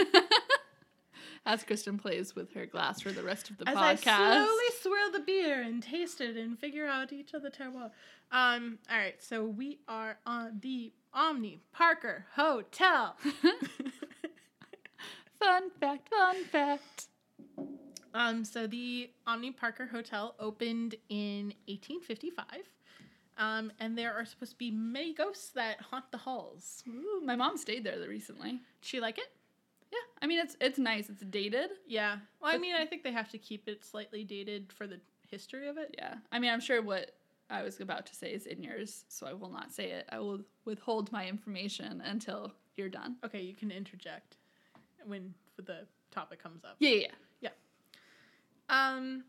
as Kristen plays with her glass for the rest of the as podcast. I slowly swirl the beer and taste it and figure out each of the terroir. Um, all right, so we are on the Omni Parker Hotel. fun fact. Fun fact. Um, so the Omni Parker Hotel opened in 1855, um, and there are supposed to be many ghosts that haunt the halls. Ooh, my mom stayed there recently. She like it? Yeah, I mean it's it's nice. It's dated. Yeah. Well, I But- mean, I think they have to keep it slightly dated for the history of it. Yeah, I mean I'm sure what I was about to say is in yours, so I will not say it. I will withhold my information until you're done. Okay, you can interject when the topic comes up. Yeah, yeah. Um,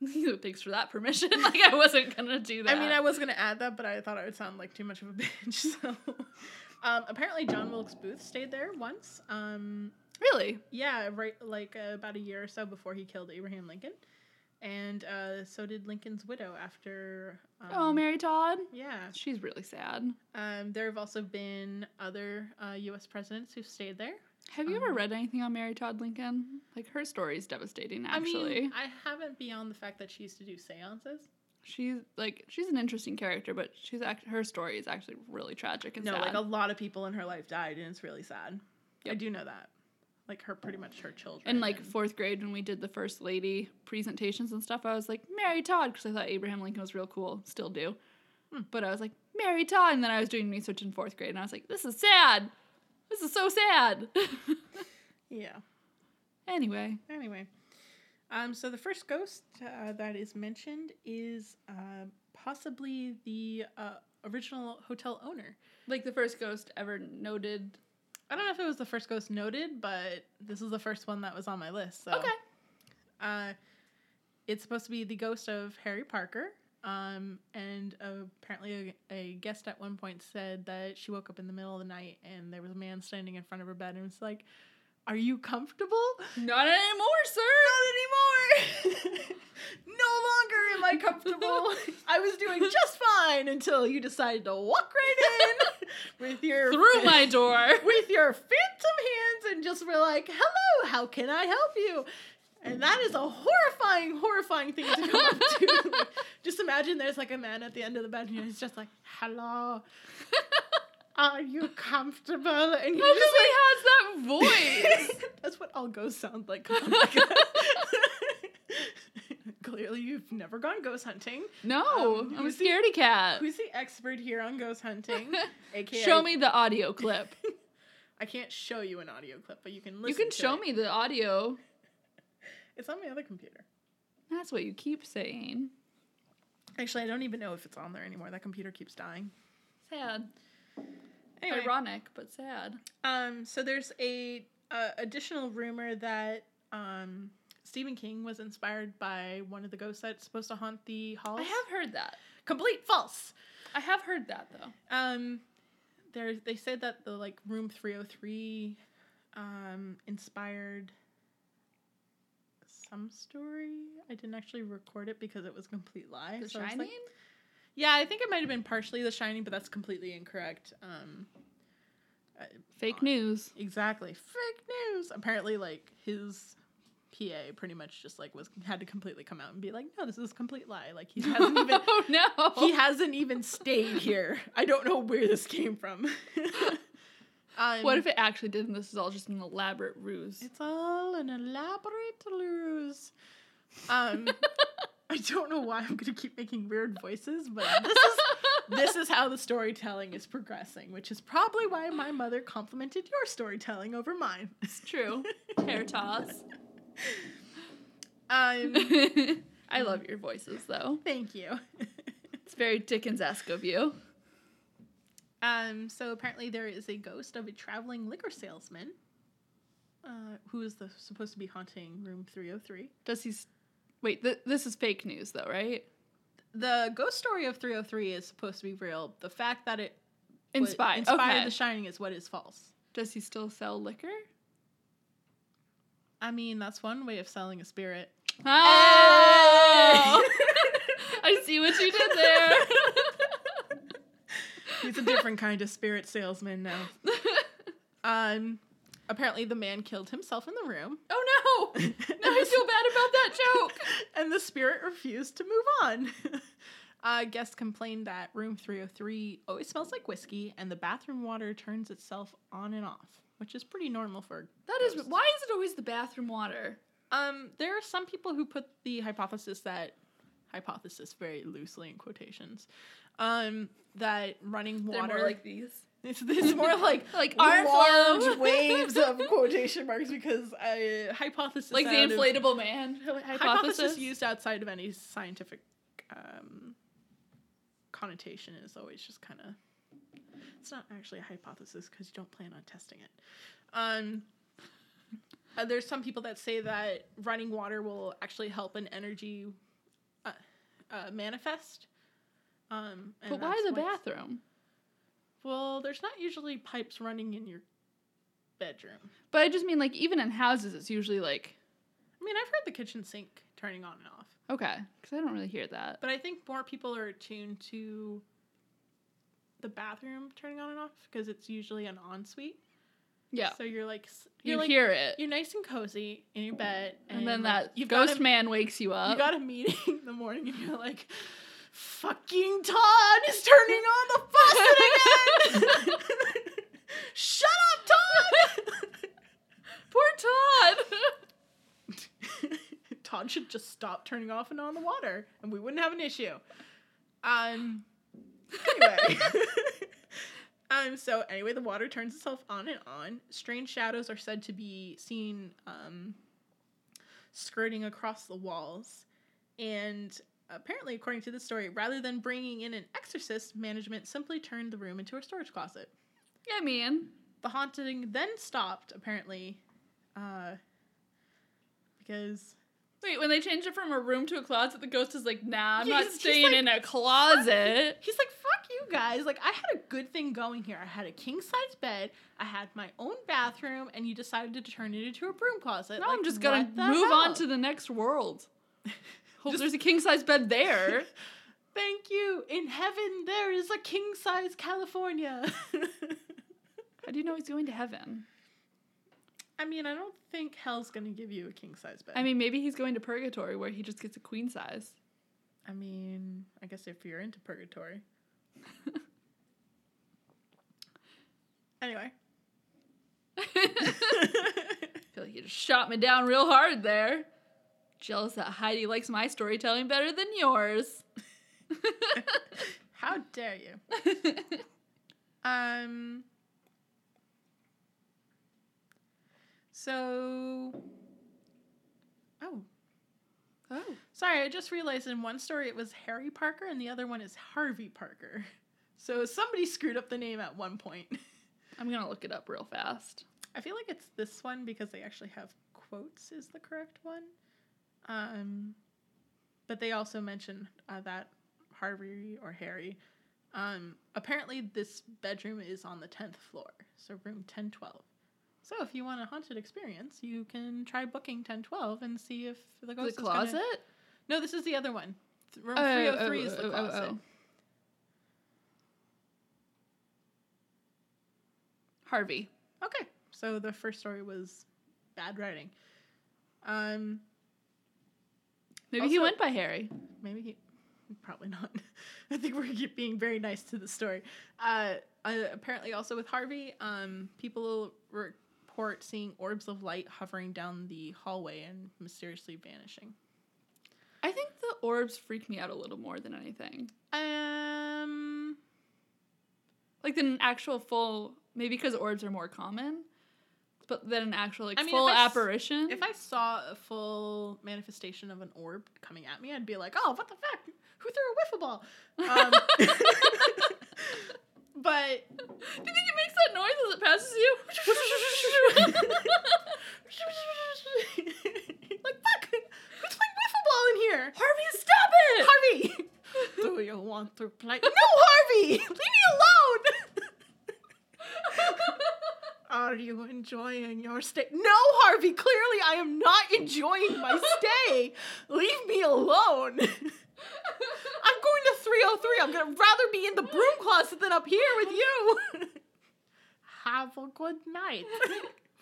yeah. Thanks for that permission. Like I wasn't gonna do that. I mean, I was gonna add that, but I thought it would sound like too much of a bitch. So, um, apparently John Wilkes Booth stayed there once. Um, really. Yeah, right, like uh, about a year or so before he killed Abraham Lincoln, and uh, so did Lincoln's widow after. Um, oh, Mary Todd. Yeah, She's really sad. um, there have also been other uh, U.S. presidents who've stayed there. Have you ever Um, read anything on Mary Todd Lincoln? Like her story is devastating. Actually, I mean, I haven't beyond the fact that she used to do seances. she's like she's an interesting character, but she's act- her story is actually really tragic and no, sad. like a lot of people in her life died, and it's really sad. I Yep. do know that. Like her, pretty much her children. in like fourth grade when we did the first lady presentations and stuff, I was like Mary Todd because I thought Abraham Lincoln was real cool, still do. Hmm. But I was like Mary Todd, and then I was doing research in fourth grade, and I was like, this is sad. This is so sad. yeah. anyway, Anyway, um, so the first ghost uh, that is mentioned is uh, possibly the uh, original hotel owner. Like the first ghost ever noted. I don't know if it was the first ghost noted, but this is the first one that was on my list. So. Okay. Uh, it's supposed to be the ghost of Harry Parker. Um, and uh, apparently, a, a guest at one point said that she woke up in the middle of the night and there was a man standing in front of her bed and was like, Are you comfortable? Not anymore, sir. Not anymore! no longer am I comfortable. I was doing just fine until you decided to walk right in with your Through my door. with your phantom hands and just were like, hello, how can I help you? And that is a horrifying, horrifying thing to come up to. Like, just imagine there's like a man at the end of the bed and he's just like, hello, are you comfortable? And you Nobody just like, has that voice. That's what all ghosts sound like. Oh my God. Clearly, you've never gone ghost hunting. No, Um, I'm a who's the- scaredy cat. Who's the expert here on ghost hunting? AKA, Show me the audio clip. I can't show you an audio clip, but you can listen. You can to show it. me the audio. It's on my other computer. That's what you keep saying. Actually, I don't even know if it's on there anymore. That computer keeps dying. Sad. Anyway, Ironic, but sad. um, so there's a uh, additional rumor that um, Stephen King was inspired by one of the ghosts that's supposed to haunt the halls. I have heard that. complete false. I have heard that though. Um, there they said that the like room 303 um, inspired some story. I didn't actually record it because it was a complete lie. The so I was Shining? like, Yeah, I think it might have been partially The Shining, but that's completely incorrect. Um, Fake news. exactly, fake news. Apparently, like his PA pretty much just like was had to completely come out and be like, "No, this is a complete lie." Like he hasn't even oh no. he hasn't even stayed here. I don't know where this came from. um, what if it actually did and this is all just an elaborate ruse? it's all an elaborate ruse? Um, I don't know why I'm gonna keep making weird voices, but this is this is how the storytelling is progressing, which is probably why my mother complimented your storytelling over mine. It's true. Hair toss. Um, I love your voices though. thank you. It's very Dickens esque of you. um, so apparently there is a ghost of a traveling liquor salesman, uh, who is the, supposed to be haunting room 303. Does he. s Wait, th- this is fake news though, right? The ghost story of 303 is supposed to be real. The fact that it was Inspired. inspired okay. The Shining is what is false. Does he still sell liquor? I mean, that's one way of selling a spirit. Oh! I see what you did there. He's a different kind of spirit salesman now. Um, apparently the man killed himself in the room, oh no! Now I feel bad about that joke. and the spirit refused to move on. uh, guests complained that room 303 always smells like whiskey, and the bathroom water turns itself on and off, which is pretty normal for. That is ghosts. why is it always the bathroom water? Um, there are some people who put the hypothesis that hypothesis very loosely in quotations, um, that running water They're more like these. It's, it's more like Like arm large flow. waves of quotation marks because I hypothesis Like the out of- inflatable man hypothesis, hypothesis. used outside of any scientific um, connotation is always just kind of it's not actually a hypothesis because you don't plan on testing it um, uh, there's some people that say that running water will actually help an energy uh, uh, manifest um, and But why that's the why it's- bathroom? well there's not usually pipes running in your bedroom But I just mean like even in houses, it's usually like i mean i've heard the kitchen sink turning on and off okay, because I don't really hear that. But I think more people are attuned to the bathroom turning on and off because it's usually an ensuite. Yeah, So you're like s- you you're like hear it, you're nice and cozy in your bed, and, and, then like, that you've ghost got a, man wakes you up. You got a meeting in the morning, and you're like, "Fucking Todd is turning on the faucet again." Shut up, Poor Todd. Todd should just stop turning off and on the water, and we wouldn't have an issue. Um. Todd. anyway. um, so anyway, the water turns itself on and on. Strange shadows are said to be seen um, skirting across the walls, and apparently, according to this story, rather than bringing in an exorcist, management simply turned the room into a storage closet. I mean, The haunting then stopped, apparently, uh, because wait, when they changed it from a room to a closet, the ghost is like, nah, I'm Yeah, not he's- he's staying like, in a closet. He's like, fuck you guys. Like, I had a good thing going here. I had a king size bed, I had my own bathroom, and you decided to turn it into a broom closet. No, like, I'm just gonna what the move on hell? to the next world. Hope there's a king size bed there. Thank you. In heaven, there is a king size California. How do you know he's going to heaven? I mean, I don't think hell's gonna give you a king size bed. I mean, maybe he's going to purgatory where he just gets a queen size. I mean, I guess if you're into purgatory. anyway. I feel like you just shot me down real hard there. Jealous that Heidi likes my storytelling better than yours. How dare you? Um. So. Oh, oh. sorry. I just realized in one story it was Harry Parker and the other one is Harvey Parker. So somebody screwed up the name at one point. I'm gonna look it up real fast. I feel like it's this one because they actually have quotes is the correct one. Um, but they also mention uh, that Harvey or Harry. Um, apparently, this bedroom is on the 10th floor, so room 1012. So if you want a haunted experience, you can try booking 1012 and see if the The ghost is gonna- closet? No, this is the other one. Th- Room Oh, 303 oh, is the oh, oh, closet. oh. Harvey. Okay. So the first story was bad writing. Um, Maybe he Also- went by Harry. maybe he probably not i think we're ge- being very nice to the story uh, uh apparently also with harvey um people report seeing orbs of light hovering down the hallway and mysteriously vanishing I think the orbs freak me out a little more than anything. um Like than an actual full maybe because orbs are more common, but than an actual like I mean, full if I s- apparition. if i saw a full manifestation of an orb coming at me i'd be like oh what the fuck who threw a wiffle ball um, but Do you think it makes that noise as it passes you? like fuck who's playing wiffle ball in here Harvey, stop it! Harvey! Do you want to play? No, Harvey! Leave me alone! Are you enjoying your stay? No, Harvey! Clearly, I am not enjoying my stay! Leave me alone! I'm going to 303. I'm going to rather be in the broom closet than up here with you! Have a good night. Fuck you,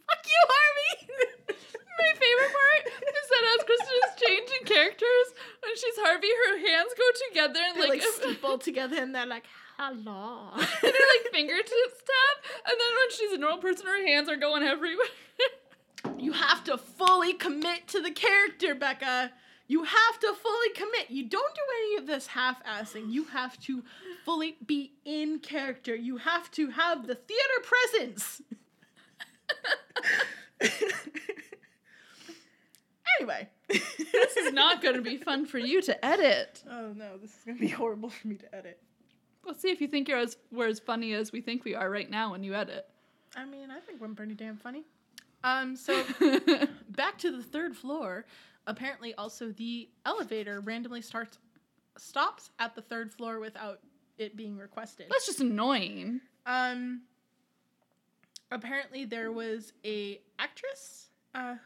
Harvey! My favorite part is that as Kristen is changing characters, when she's Harvey, her hands go together and They like, like staple together and they're like, hello. and her like fingertips tap, and then when she's a normal person, her hands are going everywhere. You have to fully commit to the character, Becca. You have to fully commit. You don't do any of this half assing. You have to fully be in character. You have to have the theater presence. anyway. this is not going to be fun for you to edit. Oh no, this is going to be horrible for me to edit. Let's see if you think you're as we're as funny as we think we are right now when you edit. I mean, I think I'm pretty damn funny. Um, so back to the third floor. Apparently, also the elevator randomly starts stops at the third floor without it being requested. That's just annoying. Um, apparently, there was a actress uh,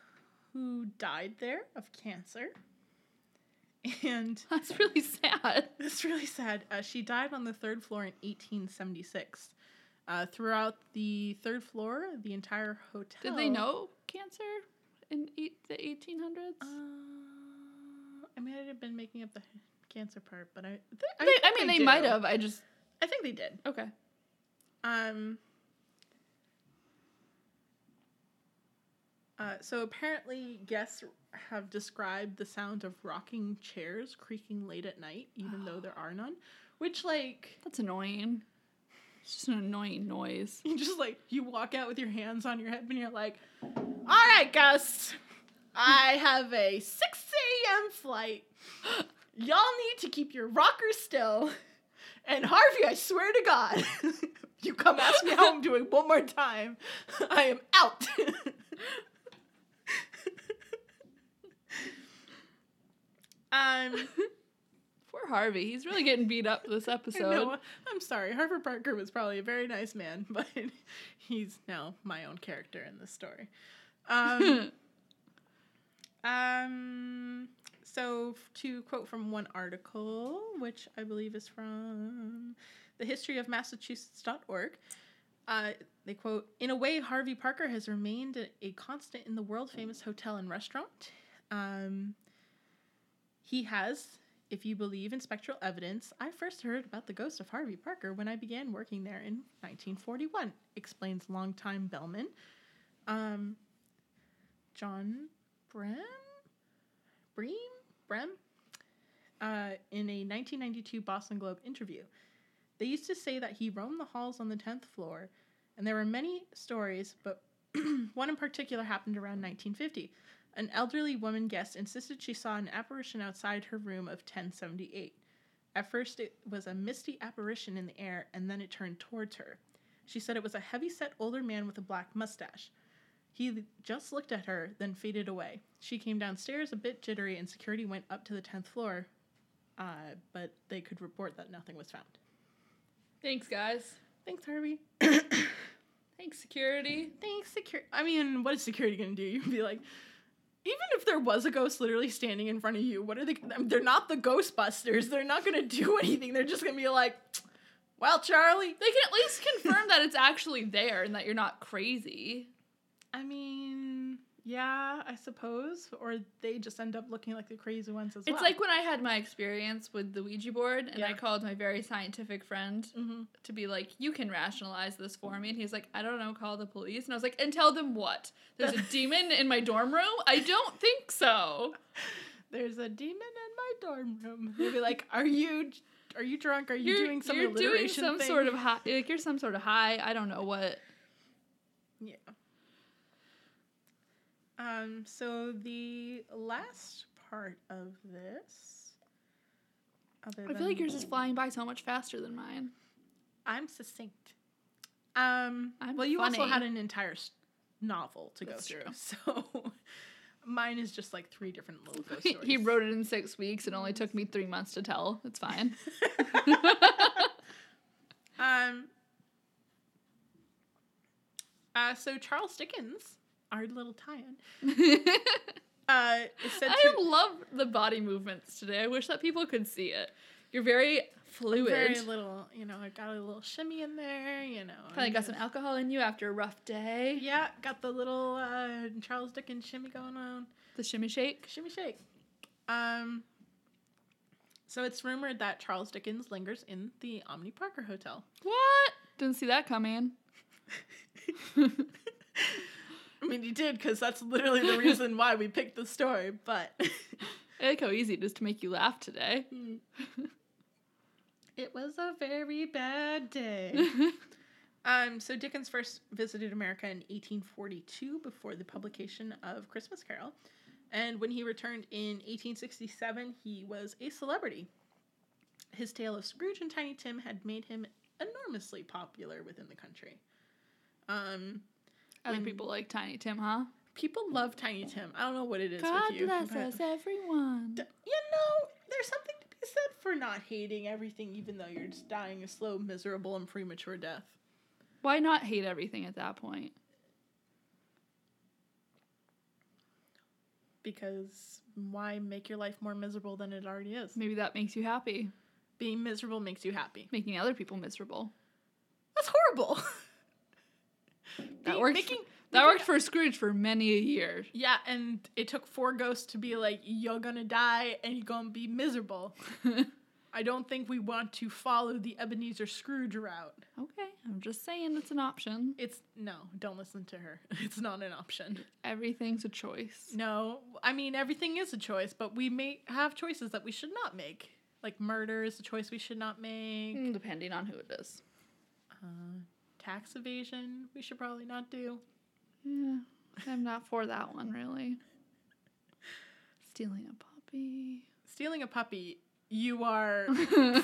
who died there of cancer, and That's really sad. it's really sad. Uh, she died on the third floor in 1876. Uh, throughout the third floor, the entire hotel. Did they know cancer in eight, the 1800s? Uh, I might have been making up the cancer part, but I. th- I, they, I think mean, they might do. have. I just I think they did. okay. Um. Uh, so apparently, guests have described the sound of rocking chairs creaking late at night, even though there are none. Which, like, That's annoying. It's just an annoying noise. you just like you walk out with your hands on your hip, and you're like, "All right, guests, I have a six a.m. flight. y'all need to keep your rockers still. And Harvey, I swear to God, you come ask me how I'm doing one more time, I am out. um, Poor Harvey. He's really getting beat up this I episode. know, I'm sorry. Harvey Parker was probably a very nice man, but he's now my own character in this story. Um, Um, so f- to quote from one article, which I believe is from the history of Massachusetts.org, uh, they quote, in a way, Harvey Parker has remained a, a constant in the world famous hotel and restaurant. Um, he has, if you believe in spectral evidence, I first heard about the ghost of Harvey Parker when I began working there in 1941, explains longtime bellman. Um, John Brem? Bream? Brem? Uh, in a 1992 Boston Globe interview. They used to say that he roamed the halls on the 10th floor, and there were many stories, but one in particular happened around 1950. An elderly woman guest insisted she saw an apparition outside her room of 1078. At first, it was a misty apparition in the air, and then it turned towards her. She said it was a heavy set older man with a black mustache. He l- just looked at her, then faded away. She came downstairs a bit jittery, and security went up to the 10th floor, uh, but they could report that nothing was found. Thanks, guys. Thanks, Harvey. Thanks, security. Thanks, security. I mean, what is security going to do? You'd be like, even if there was a ghost literally standing in front of you, what are they? I mean, they're not the Ghostbusters. They're not going to do anything. They're just going to be like, well, Charlie. They can at least confirm that it's actually there and that you're not crazy. I mean, yeah, I suppose. Or they just end up looking like the crazy ones as well. It's like when I had my experience with the Ouija board and I Yeah. called my very scientific friend Mhm. to be like, you can rationalize this for me. And he's like, I don't know, call the police. And I was like, and tell them what? There's a demon in my dorm room? I don't think so. There's a demon in my dorm room. They'll be like, "Are you, are you drunk? Are you You're doing some you're doing alliteration some thing?" sort of high like you're some sort of high. I don't know what. yeah." Um. So the last part of this, other I feel like than- yours is flying by so much faster than mine. I'm succinct. Um. I'm well, you also funny. had an entire s- novel to That's go true. through, so mine is just like three different little ghost He, stories. he wrote it in six weeks. It only took me three months to tell. It's fine. Um. Uh, so Charles Dickens, our little tie-in, uh, is said I to love the body movements today. I wish that people could see it. You're very fluid. very little. You know, I got a little shimmy in there. You know, Probably and got some just- alcohol in you after a rough day. Yeah, got the little uh, Charles Dickens shimmy going on. The shimmy shake. Shimmy shake. Um. So it's rumored that Charles Dickens lingers in the Omni Parker Hotel. What? Didn't see that coming. I mean, he did because that's literally the reason why we picked the story. But I like how easy it is to make you laugh today. It was a very bad day. um, so Dickens first visited America in 1842 before the publication of Christmas Carol. And when he returned in 1867, he was a celebrity. His tale of Scrooge and Tiny Tim had made him enormously popular within the country. Um, Other When- people like Tiny Tim, huh? people love Tiny Tim. I don't know what it is God with you. bless but- us, everyone. D- you know, there's something to be said for not hating everything, even though you're just dying a slow, miserable, and premature death. Why not hate everything at that point? Because why make your life more miserable than it already is? Maybe that makes you happy. Being miserable makes you happy. Making other people miserable. That's horrible. That Be- worked. making- that making- worked for Scrooge for many a year. Yeah, and it took four ghosts to be like, you're gonna die and you're gonna be miserable. okay, I don't think we want to follow the Ebenezer Scrooge route. I'm just saying it's an option. It's no, don't listen to her. It's not an option. Everything's a choice. No, I mean everything is a choice, but we may have choices that we should not make. Like murder is a choice we should not make. Mm, Depending on who it is. Uh, tax evasion we should probably not do. Yeah, I'm not for that one really. Stealing a puppy. Stealing a puppy you are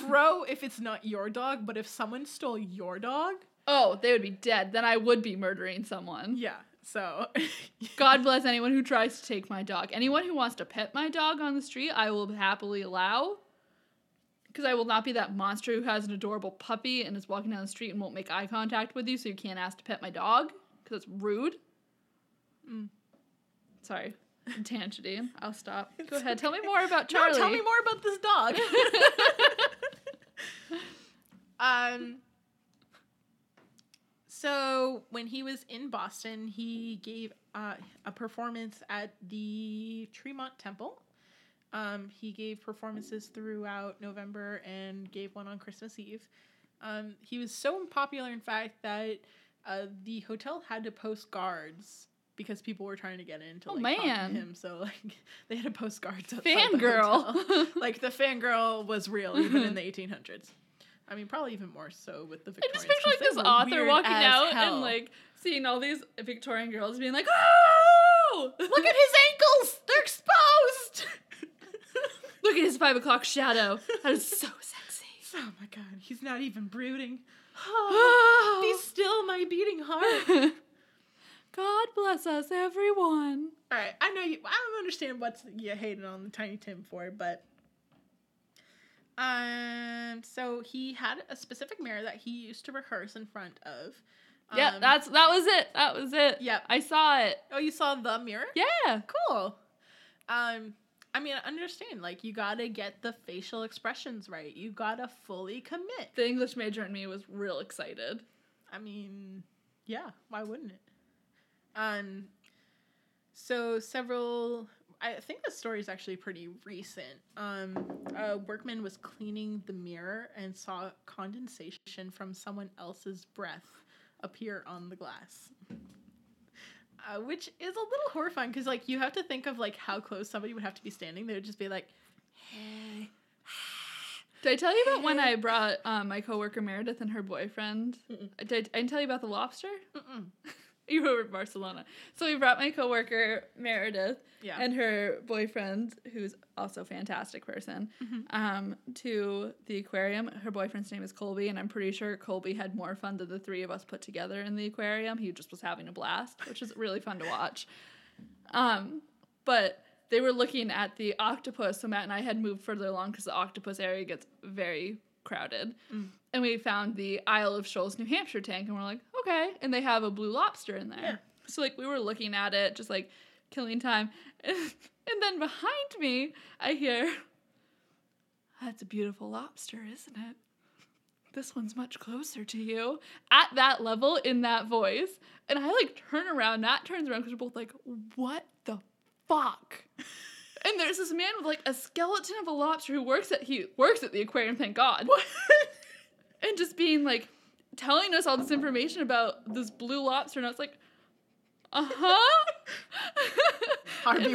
pro if it's not your dog, but if someone stole your dog, Oh, they would be dead. Then I would be murdering someone. yeah. So God bless anyone who tries to take my dog. Anyone who wants to pet my dog on the street, I will happily allow. Because I will not be that monster who has an adorable puppy and is walking down the street and won't make eye contact with you, so you can't ask to pet my dog. Because that's rude. Mm. Sorry, tangenty. I'll stop. It's Go ahead. Tell me okay. more about No, Charlie. tell me more about this dog. um, so when he was in Boston, he gave uh, a performance at the Tremont Temple. Um, he gave performances throughout November and gave one on Christmas Eve. Um, he was so unpopular, in fact, that uh, the hotel had to post guards because people were trying to get in to Oh, like, talk to man. him. So like they had to post guards. outside the hotel Fangirl. like the fangirl was real even Mm-hmm. in the 1800s. I mean, probably even more so with the I Victorians. just picture 'cause like they this were author weird walking as out hell. and like seeing all these Victorian girls being like, "Oh, look at his ankles, they're exposed. look at his five o'clock shadow. That is so sexy." oh my god, he's not even brooding. Oh. Be still, my beating heart. God bless us, everyone. All right, I know you. I don't understand what's you hated on Tiny Tim for, but um, so he had a specific mirror that he used to rehearse in front of. yeah, Um, that's that was it. That was it. Yep. I saw it. Oh, you saw the mirror? Yeah. cool. Um, I mean, I understand. Like, you gotta get the facial expressions right. You gotta fully commit. The English major in me was real excited. I mean, yeah, why wouldn't it? Um, so several. I think the story is actually pretty recent. Um, a workman was cleaning the mirror and saw condensation from someone else's breath appear on the glass. Uh, which is a little horrifying because, like, you have to think of like how close somebody would have to be standing. They would just be like, "Hey, Did I tell you about when I brought um, my coworker Meredith and her boyfriend? Mm-mm. Did I, I tell you about the lobster? mm-mm." You were in Barcelona, so we brought my coworker Meredith yeah, and her boyfriend, who's also a fantastic person, Mhm. um, to the aquarium. Her boyfriend's name is Colby, and I'm pretty sure Colby had more fun than the three of us put together in the aquarium. He just was having a blast, which is really fun to watch. Um, but they were looking at the octopus, so Matt and I had moved further along because the octopus area gets very crowded. Mm. And we found the Isle of Shoals, New Hampshire tank, and we're like, okay. And they have a blue lobster in there. Yeah. So, like, we were looking at it, just like killing time. and then behind me, I hear, that's a beautiful lobster, isn't it? This one's much closer to you at that level in that voice. And I like turn around, Nat turns around because we're both like, what the fuck? And there's this man with like a skeleton of a lobster who works at he works at the aquarium, thank God. And just being like telling us all this information about this blue lobster, and I was like, uh-huh. Harvey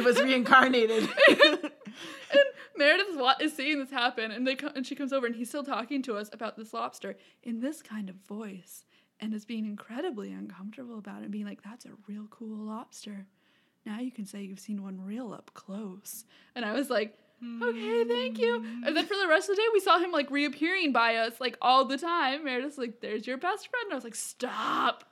was reincarnated." and Meredith wa- is seeing this happen, and they co- and she comes over, and he's still talking to us about this lobster in this kind of voice, and is being incredibly uncomfortable about it, and being like, "That's a real cool lobster." Now you can say you've seen one real up close. And I was like, "Okay, thank you." And then for the rest of the day, we saw him like reappearing by us like all the time. Meredith's like, "There's your best friend," and I was like, "Stop,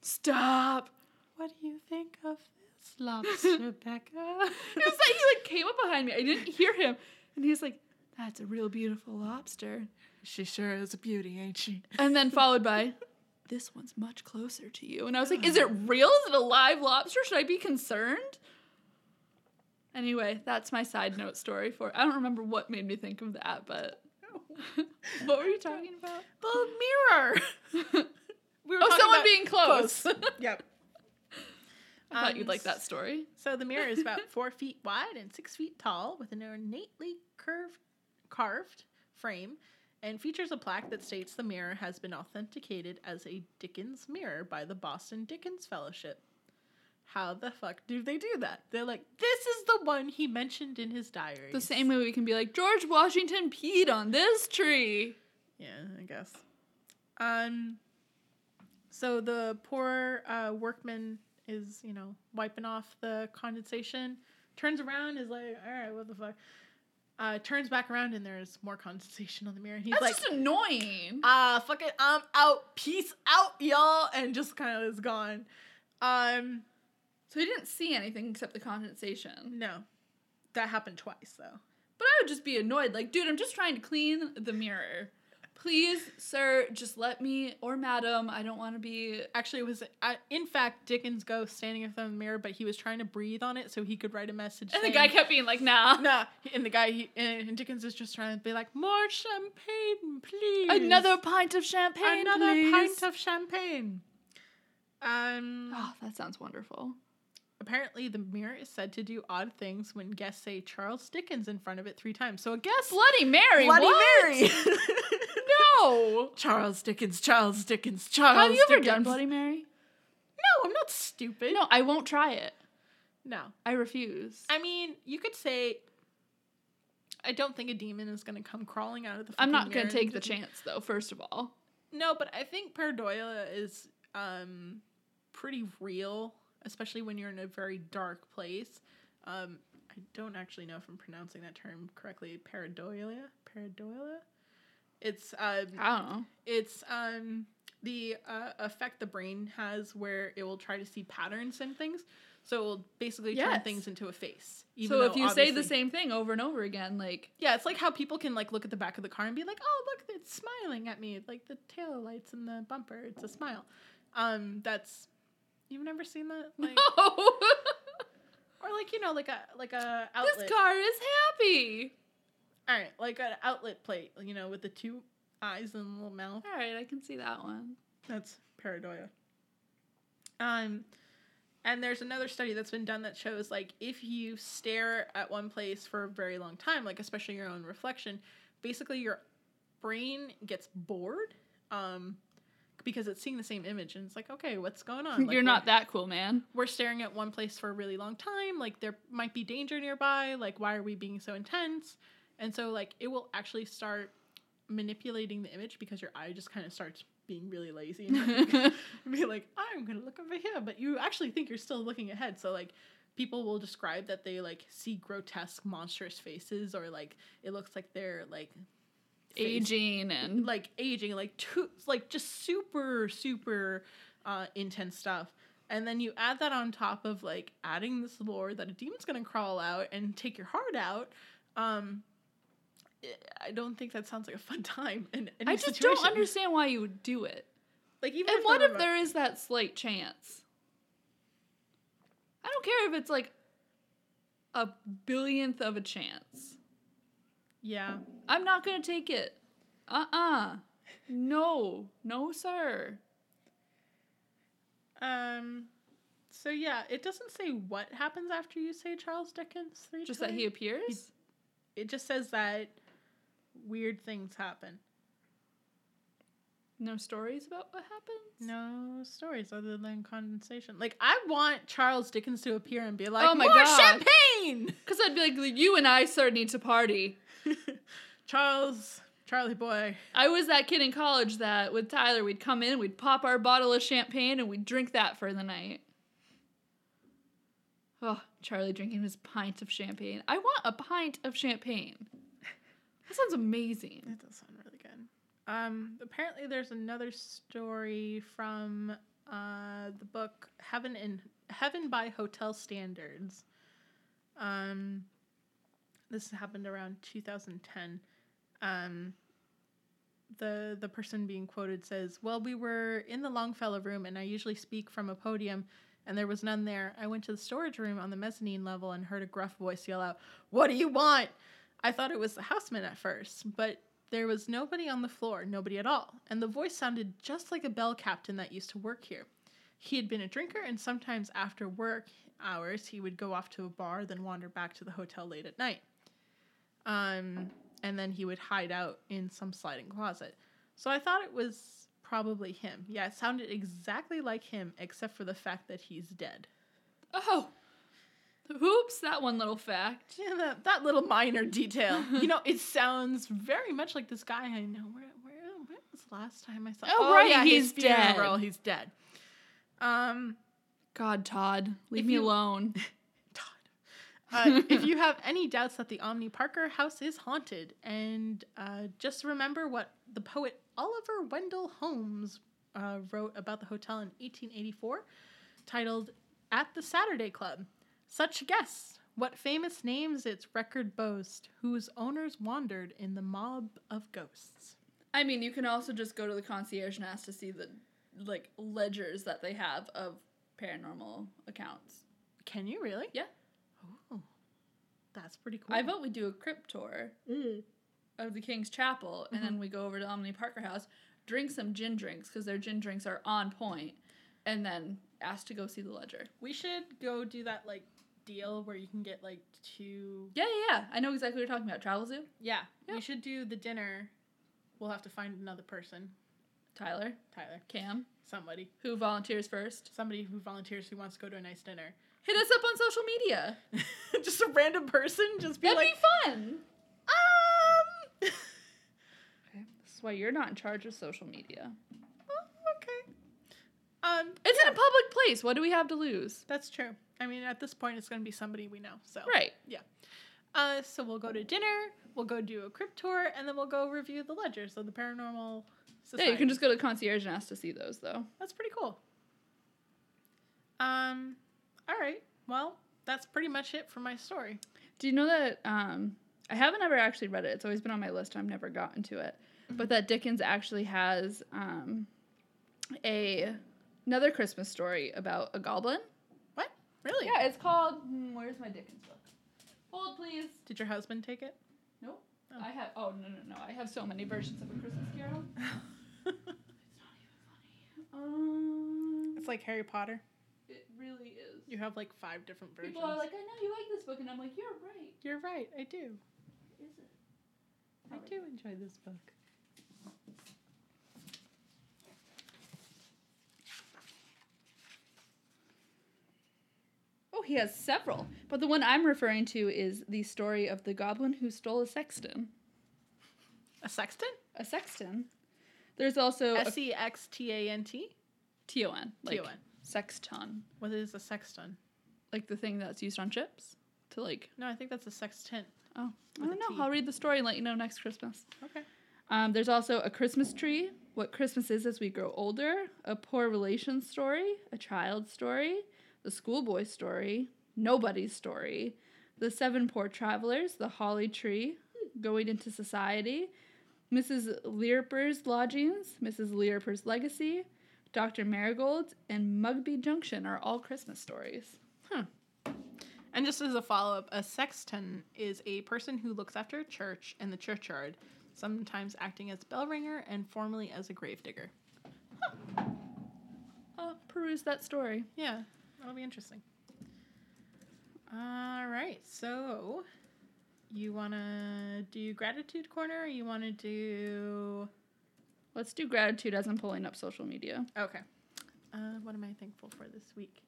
stop." What do you think of this lobster, Becca? It was like he like came up behind me. I didn't hear him, and he's like, "That's a real beautiful lobster." she sure is a beauty, ain't she? And then followed by, "This one's much closer to you." And I was like, "Is it real? Is it a live lobster? Should I be concerned?" Anyway, that's my side note story for. I don't remember what made me think of that, but what were you talking about? The mirror. We were oh, talking someone about- being close. Yep. I thought Um, you'd like that story. So the mirror is about four feet wide and six feet tall, with an ornately curved, carved frame, and features a plaque that states the mirror has been authenticated as a Dickens mirror by the Boston Dickens Fellowship. How the fuck do they do that? They're like, this is the one he mentioned in his diary. The same way we can be like George Washington peed on this tree. Yeah, I guess. Um, so the poor uh, workman is, you know, wiping off the condensation, turns around, is like, all right, what the fuck? uh, turns back around and there's more condensation on the mirror. And he's That's like, just annoying. ah, fuck it, I'm out, peace out, y'all, and just kind of is gone. Um, So he didn't see anything except the condensation. no, that happened twice though. But I would just be annoyed. Like, dude, I'm just trying to clean the mirror. Please, sir, just let me or madam. I don't want to be. Actually, it was uh, in fact Dickens' ghost standing in front of the mirror, but he was trying to breathe on it so he could write a message. And the saying- guy kept being like, nah. Nah, and the guy he and and Dickens is just trying to be like, more champagne, please. Another pint of champagne. another please." pint of champagne. Um, Oh, that sounds wonderful. apparently the mirror is said to do odd things when guests say Charles Dickens in front of it three times. So a guest, Bloody Mary. what? No. Charles Dickens, Charles Dickens, Charles. Have you ever Dickens. done Bloody Mary? No, I'm not stupid. No, I won't try it. no. I refuse. I mean, you could say. I don't think a demon is going to come crawling out of the. I'm fucking not going mirror to take and the just- chance, though, first of all. No, but I think pareidolia is um pretty real, especially when you're in a very dark place. Um I don't actually know if I'm pronouncing that term correctly. Pareidolia? Pareidolia? It's um I don't know. it's um the uh, effect the brain has where it will try to see patterns in things. So it will basically turn Yes. things into a face. so if though you say the obviously- same thing over and over again, like, yeah, it's like how people can like look at the back of the car and be like, "Oh, look, it's smiling at me." Like the tail lights and the bumper, it's a smile. Um, that's you've never seen that, like, no, or like you know, like a like a outlet. this car is happy. All right, like an outlet plate, you know, with the two eyes and a little mouth. All right, I can see that one. That's pareidoia. Um, and there's another study that's been done that shows like if you stare at one place for a very long time, like especially your own reflection, basically your brain gets bored, um, because it's seeing the same image and it's like, okay, what's going on? Like, You're we're- not that cool, man. We're staring at one place for a really long time. Like there might be danger nearby. Like why are we being so intense? And so like it will actually start manipulating the image because your eye just kind of starts being really lazy and like, be like, I'm gonna look over here, but you actually think you're still looking ahead. So like people will describe that they like see grotesque monstrous faces or like it looks like they're like face- Aging and like aging like too like just super super uh intense stuff and then you add that on top of like adding this lore that a demon's gonna crawl out and take your heart out um I- i don't think that sounds like a fun time in any I just situation. don't understand why you would do it. like even And if what they're if remote- there is that slight chance? I don't care if it's like a billionth of a chance. yeah I'm not gonna take it. Uh uh No, no, sir. Um. So yeah, it doesn't say what happens after you say Charles Dickens three Just that he times. appears? It just says that weird things happen. No stories about what happens? No stories other than condensation. Like I want Charles Dickens to appear and be like, Oh my "More God." champagne!" Because I'd be like, you and I, sir, need to party. Charles, Charlie boy. I was that kid in college that with Tyler, we'd come in, we'd pop our bottle of champagne, and we'd drink that for the night. Oh, Charlie drinking his pint of champagne. I want a pint of champagne. That sounds amazing. That does sound really good. Um. Apparently, there's another story from uh the book Heaven in Heaven by Hotel Standards. Um, this happened around 2010. Um, the the person being quoted says, "Well, we were in the Longfellow room, and I usually speak from a podium, and there was none there. I went to the storage room on the mezzanine level and heard a gruff voice yell out, "What do you want?" I thought it was the houseman at first, but." There was nobody on the floor, nobody at all, and the voice sounded just like a bell captain that used to work here. He had been a drinker, and sometimes after work hours, he would go off to a bar, then wander back to the hotel late at night. Um, and then he would hide out in some sliding closet. So I thought it was probably him. Yeah, it sounded exactly like him, except for the fact that he's dead. Oh, oops, that one little fact. Yeah, that, that little minor detail. you know, it sounds very much like this guy I know. Where, where, where was the last time I saw? Oh, right, he's his funeral, dead. He's dead. Um, God, Todd, leave If me you- alone. Todd. Uh, if you have any doubts that the Omni Parker house is haunted, and uh, just remember what the poet Oliver Wendell Holmes uh, wrote about the hotel in 1884, titled At the Saturday Club. Such guests, what famous names its record boasts, whose owners wandered in the mob of ghosts. I mean, you can also just go to the concierge and ask to see the like ledgers that they have of paranormal accounts. Can you really? Yeah. Oh, that's pretty cool. I vote we do a crypt tour of the King's Chapel, and then we go over to Omni Parker House, drink some gin drinks because their gin drinks are on point, and then ask to go see the ledger. We should go do that like deal where you can get like two. Yeah, yeah, yeah. I know exactly what you're talking about. Travel Zoo, Yeah, Yeah. we should do the dinner. We'll have to find another person, Tyler, Tyler, Cam, somebody, who volunteers first. somebody who volunteers who wants to go to a nice dinner. Hit us up on social media. just a random person, just be That'd like, be fun. um, Okay. This is why you're not in charge of social media. oh, okay, um, It's in a public place. What do we have to lose? that's true. I mean, at this point, it's gonna be somebody we know. So Right. Uh, so we'll go to dinner, we'll go do a crypt tour, and then we'll go review the ledger. So the paranormal. Society. Yeah, you can just go to the concierge and ask to see those, though. That's pretty cool. Um, all right. Well, that's pretty much it for my story. Do you know that? Um, I haven't ever actually read it. It's always been on my list. I've never gotten to it. But that Dickens actually has um, a another Christmas story about a goblin. What? Really? Yeah, it's called. hmm, Where's my Dickens book? Hold, please. Did your husband take it? Nope. Oh. I have. Oh no no no! I have so many versions of a Christmas Carol. It's not even funny. Um, it's like Harry Potter. it really is. You have like five different versions. People are like, I know you like this book, and I'm like, you're right. You're right. I do. Is it? I do enjoy this book. Oh, he has several. But the one I'm referring to is the story of the goblin who stole a sexton. A sexton? A sexton. There's also a S e x t a n t. T-O-N, like T-O-N. sexton, What is a sexton? like the thing that's used on chips to like. No, I think that's a sextant. Oh, I With don't a know. T. I'll read the story and let you know next Christmas. Okay. Um, there's also a Christmas tree, what Christmas is as we grow older, a poor relation story, a child story, the schoolboy story, nobody's story, the seven poor travelers, the holly tree, going into society, Mrs. Learper's lodgings, Mrs. Learper's legacy, Dr. Marigold, and Mugby Junction are all Christmas stories. And just as a follow up, a sexton is a person who looks after a church and the churchyard, sometimes acting as bell ringer and formerly as a gravedigger. I'll peruse that story. Yeah, that'll be interesting. All right, so you want to do gratitude corner or you want to do. Let's do gratitude as I'm pulling up social media. Okay. Uh, what am I thankful for this week?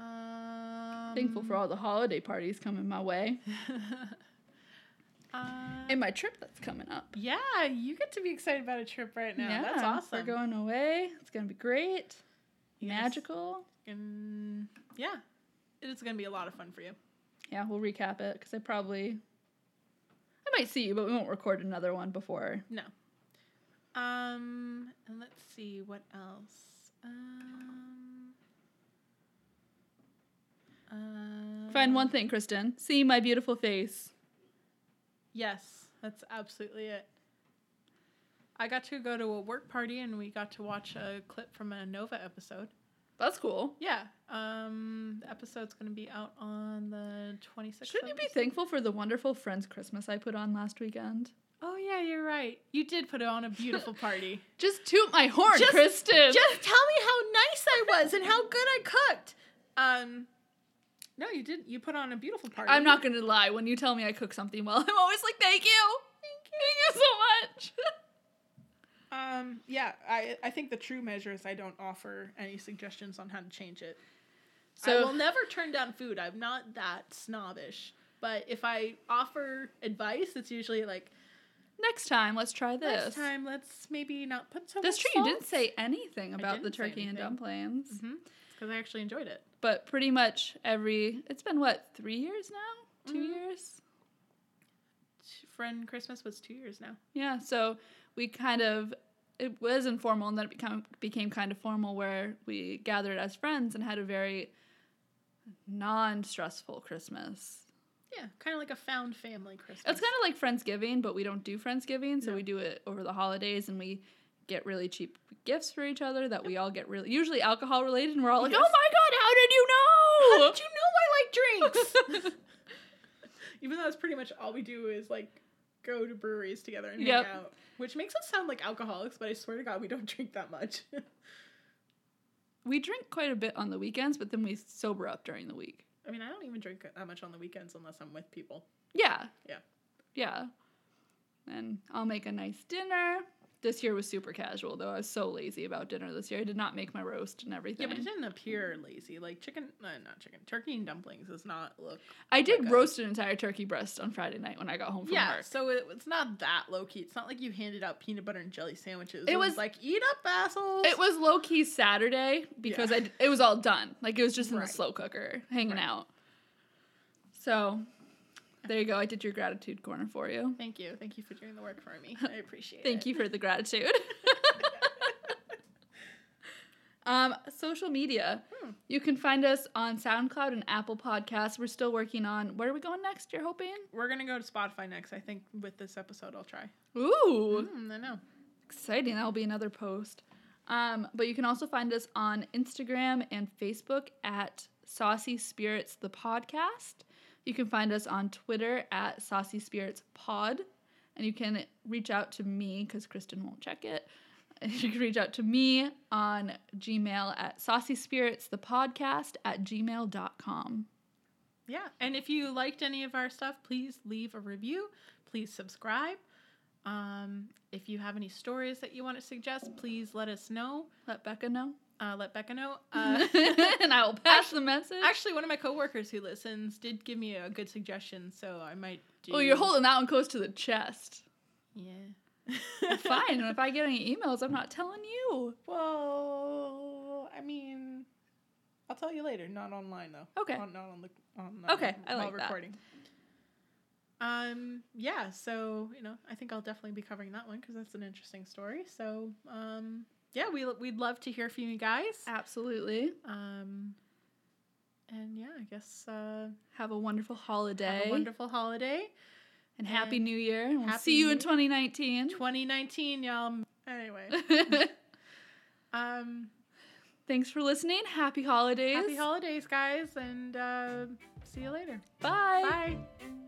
Um, Thankful for all the holiday parties coming my way. uh, And my trip that's coming up. yeah, you get to be excited about a trip right now. that's awesome. We're going away. It's gonna be great. Yes. Magical. And yeah, it is going to be a lot of fun for you. Yeah, we'll recap it because I probably I might see you, but we won't record another one before. No. Um, and let's see what else. Um, uh, Find one thing, Kristen. See my beautiful face. Yes, that's absolutely it. I got to go to a work party and we got to watch a clip from a Nova episode. That's cool. Yeah. Um, the episode's going to be out on the 26th. Shouldn't you of be this- thankful for the wonderful Friends Christmas I put on last weekend? Oh, yeah, you're right. You did put on a beautiful party. Just toot my horn, Just- Kristen. just tell me how nice I was and how good I cooked. Um, no, you did. You put on a beautiful party. I'm not gonna lie. When you tell me I cook something well, I'm always like, thank you, thank you so much. Um, yeah, I I think the true measure is I don't offer any suggestions on how to change it. So- I will never turn down food. I'm not that snobbish. But if I offer advice, it's usually like, Next time, let's try this. Next time, let's maybe not put so That's much true. You didn't salt. say anything about the didn't say turkey and anything. dumplings, Mhm. Because I actually enjoyed it. but pretty much every. It's been what three years now? 2 Mhm. years? Friend Christmas was two years now. Yeah. So we kind of it was informal, and then it become became kind of formal, where we gathered as friends and had a very non-stressful Christmas. Yeah, kind of like a found family Christmas. It's kind of like Friendsgiving, but we don't do Friendsgiving, so No. we do it over the holidays, and we get really cheap gifts for each other that we all get really usually alcohol related, and we're all like, Yes. "Oh my god, how did you know? How did you know I like drinks? Even though that's pretty much all we do is like go to breweries together and Yep. hang out, which makes us sound like alcoholics, but I swear to God, we don't drink that much. we drink quite a bit on the weekends, but then we sober up during the week. I mean, I don't even drink that much on the weekends unless I'm with people. Yeah. Yeah. Yeah. And I'll make a nice dinner. This year was super casual, though. I was so lazy about dinner this year. I did not make my roast and everything. Yeah, but it didn't appear lazy. Like chicken, uh, not chicken, turkey and dumplings does not look. I did Okay. roast an entire turkey breast on Friday night when I got home from Yeah, work. so it, it's not that low key. It's not like you handed out peanut butter and jelly sandwiches. It It, was, was- like eat up, assholes. It was low key Saturday because Yeah. I d it was all done. Like it was just in Right. the slow cooker hanging Right. out. So there you go. I did your gratitude corner for you. Thank you, thank you for doing the work for me. I appreciate it. Thank you for the gratitude. um, social media. Hmm. You can find us on SoundCloud and Apple Podcasts. We're still working on where are we going next, you're hoping? We're gonna go to Spotify next. I think with this episode, I'll try. Ooh. Mm, I know. Exciting. That'll be another post. Um, but you can also find us on Instagram and Facebook at Saucy Spirits the Podcast. You can find us on Twitter at Saucy Spirits Pod. And you can reach out to me because Kristen won't check it. You can reach out to me on Gmail at Saucy Spirits the Podcast at gmail.com. Yeah, and if you liked any of our stuff, please leave a review. Please subscribe. Um, if you have any stories that you want to suggest, please let us know. Let Becca know. Uh, let Becca know. Uh, and I will pass the message. actually, one of my coworkers who listens did give me a good suggestion, so I might do. oh, you're holding that one close to the chest. Yeah. Fine. and if I get any emails, I'm not telling you. Well, I mean, I'll tell you later. Not online though. Okay. On, not on the. On, uh, Okay, I while like that. recording. Um. Yeah. So you know, I think I'll definitely be covering that one because that's an interesting story. So um. Yeah, we we'd love to hear from you guys. Uh, Absolutely. Um. And yeah, I guess uh, Have a wonderful holiday have a wonderful holiday, and happy and new year. and We'll happy see you new in year. 2019. 2019, y'all. Anyway, um, Thanks for listening. Happy holidays. happy holidays, guys, and uh, see you later. Bye. Bye.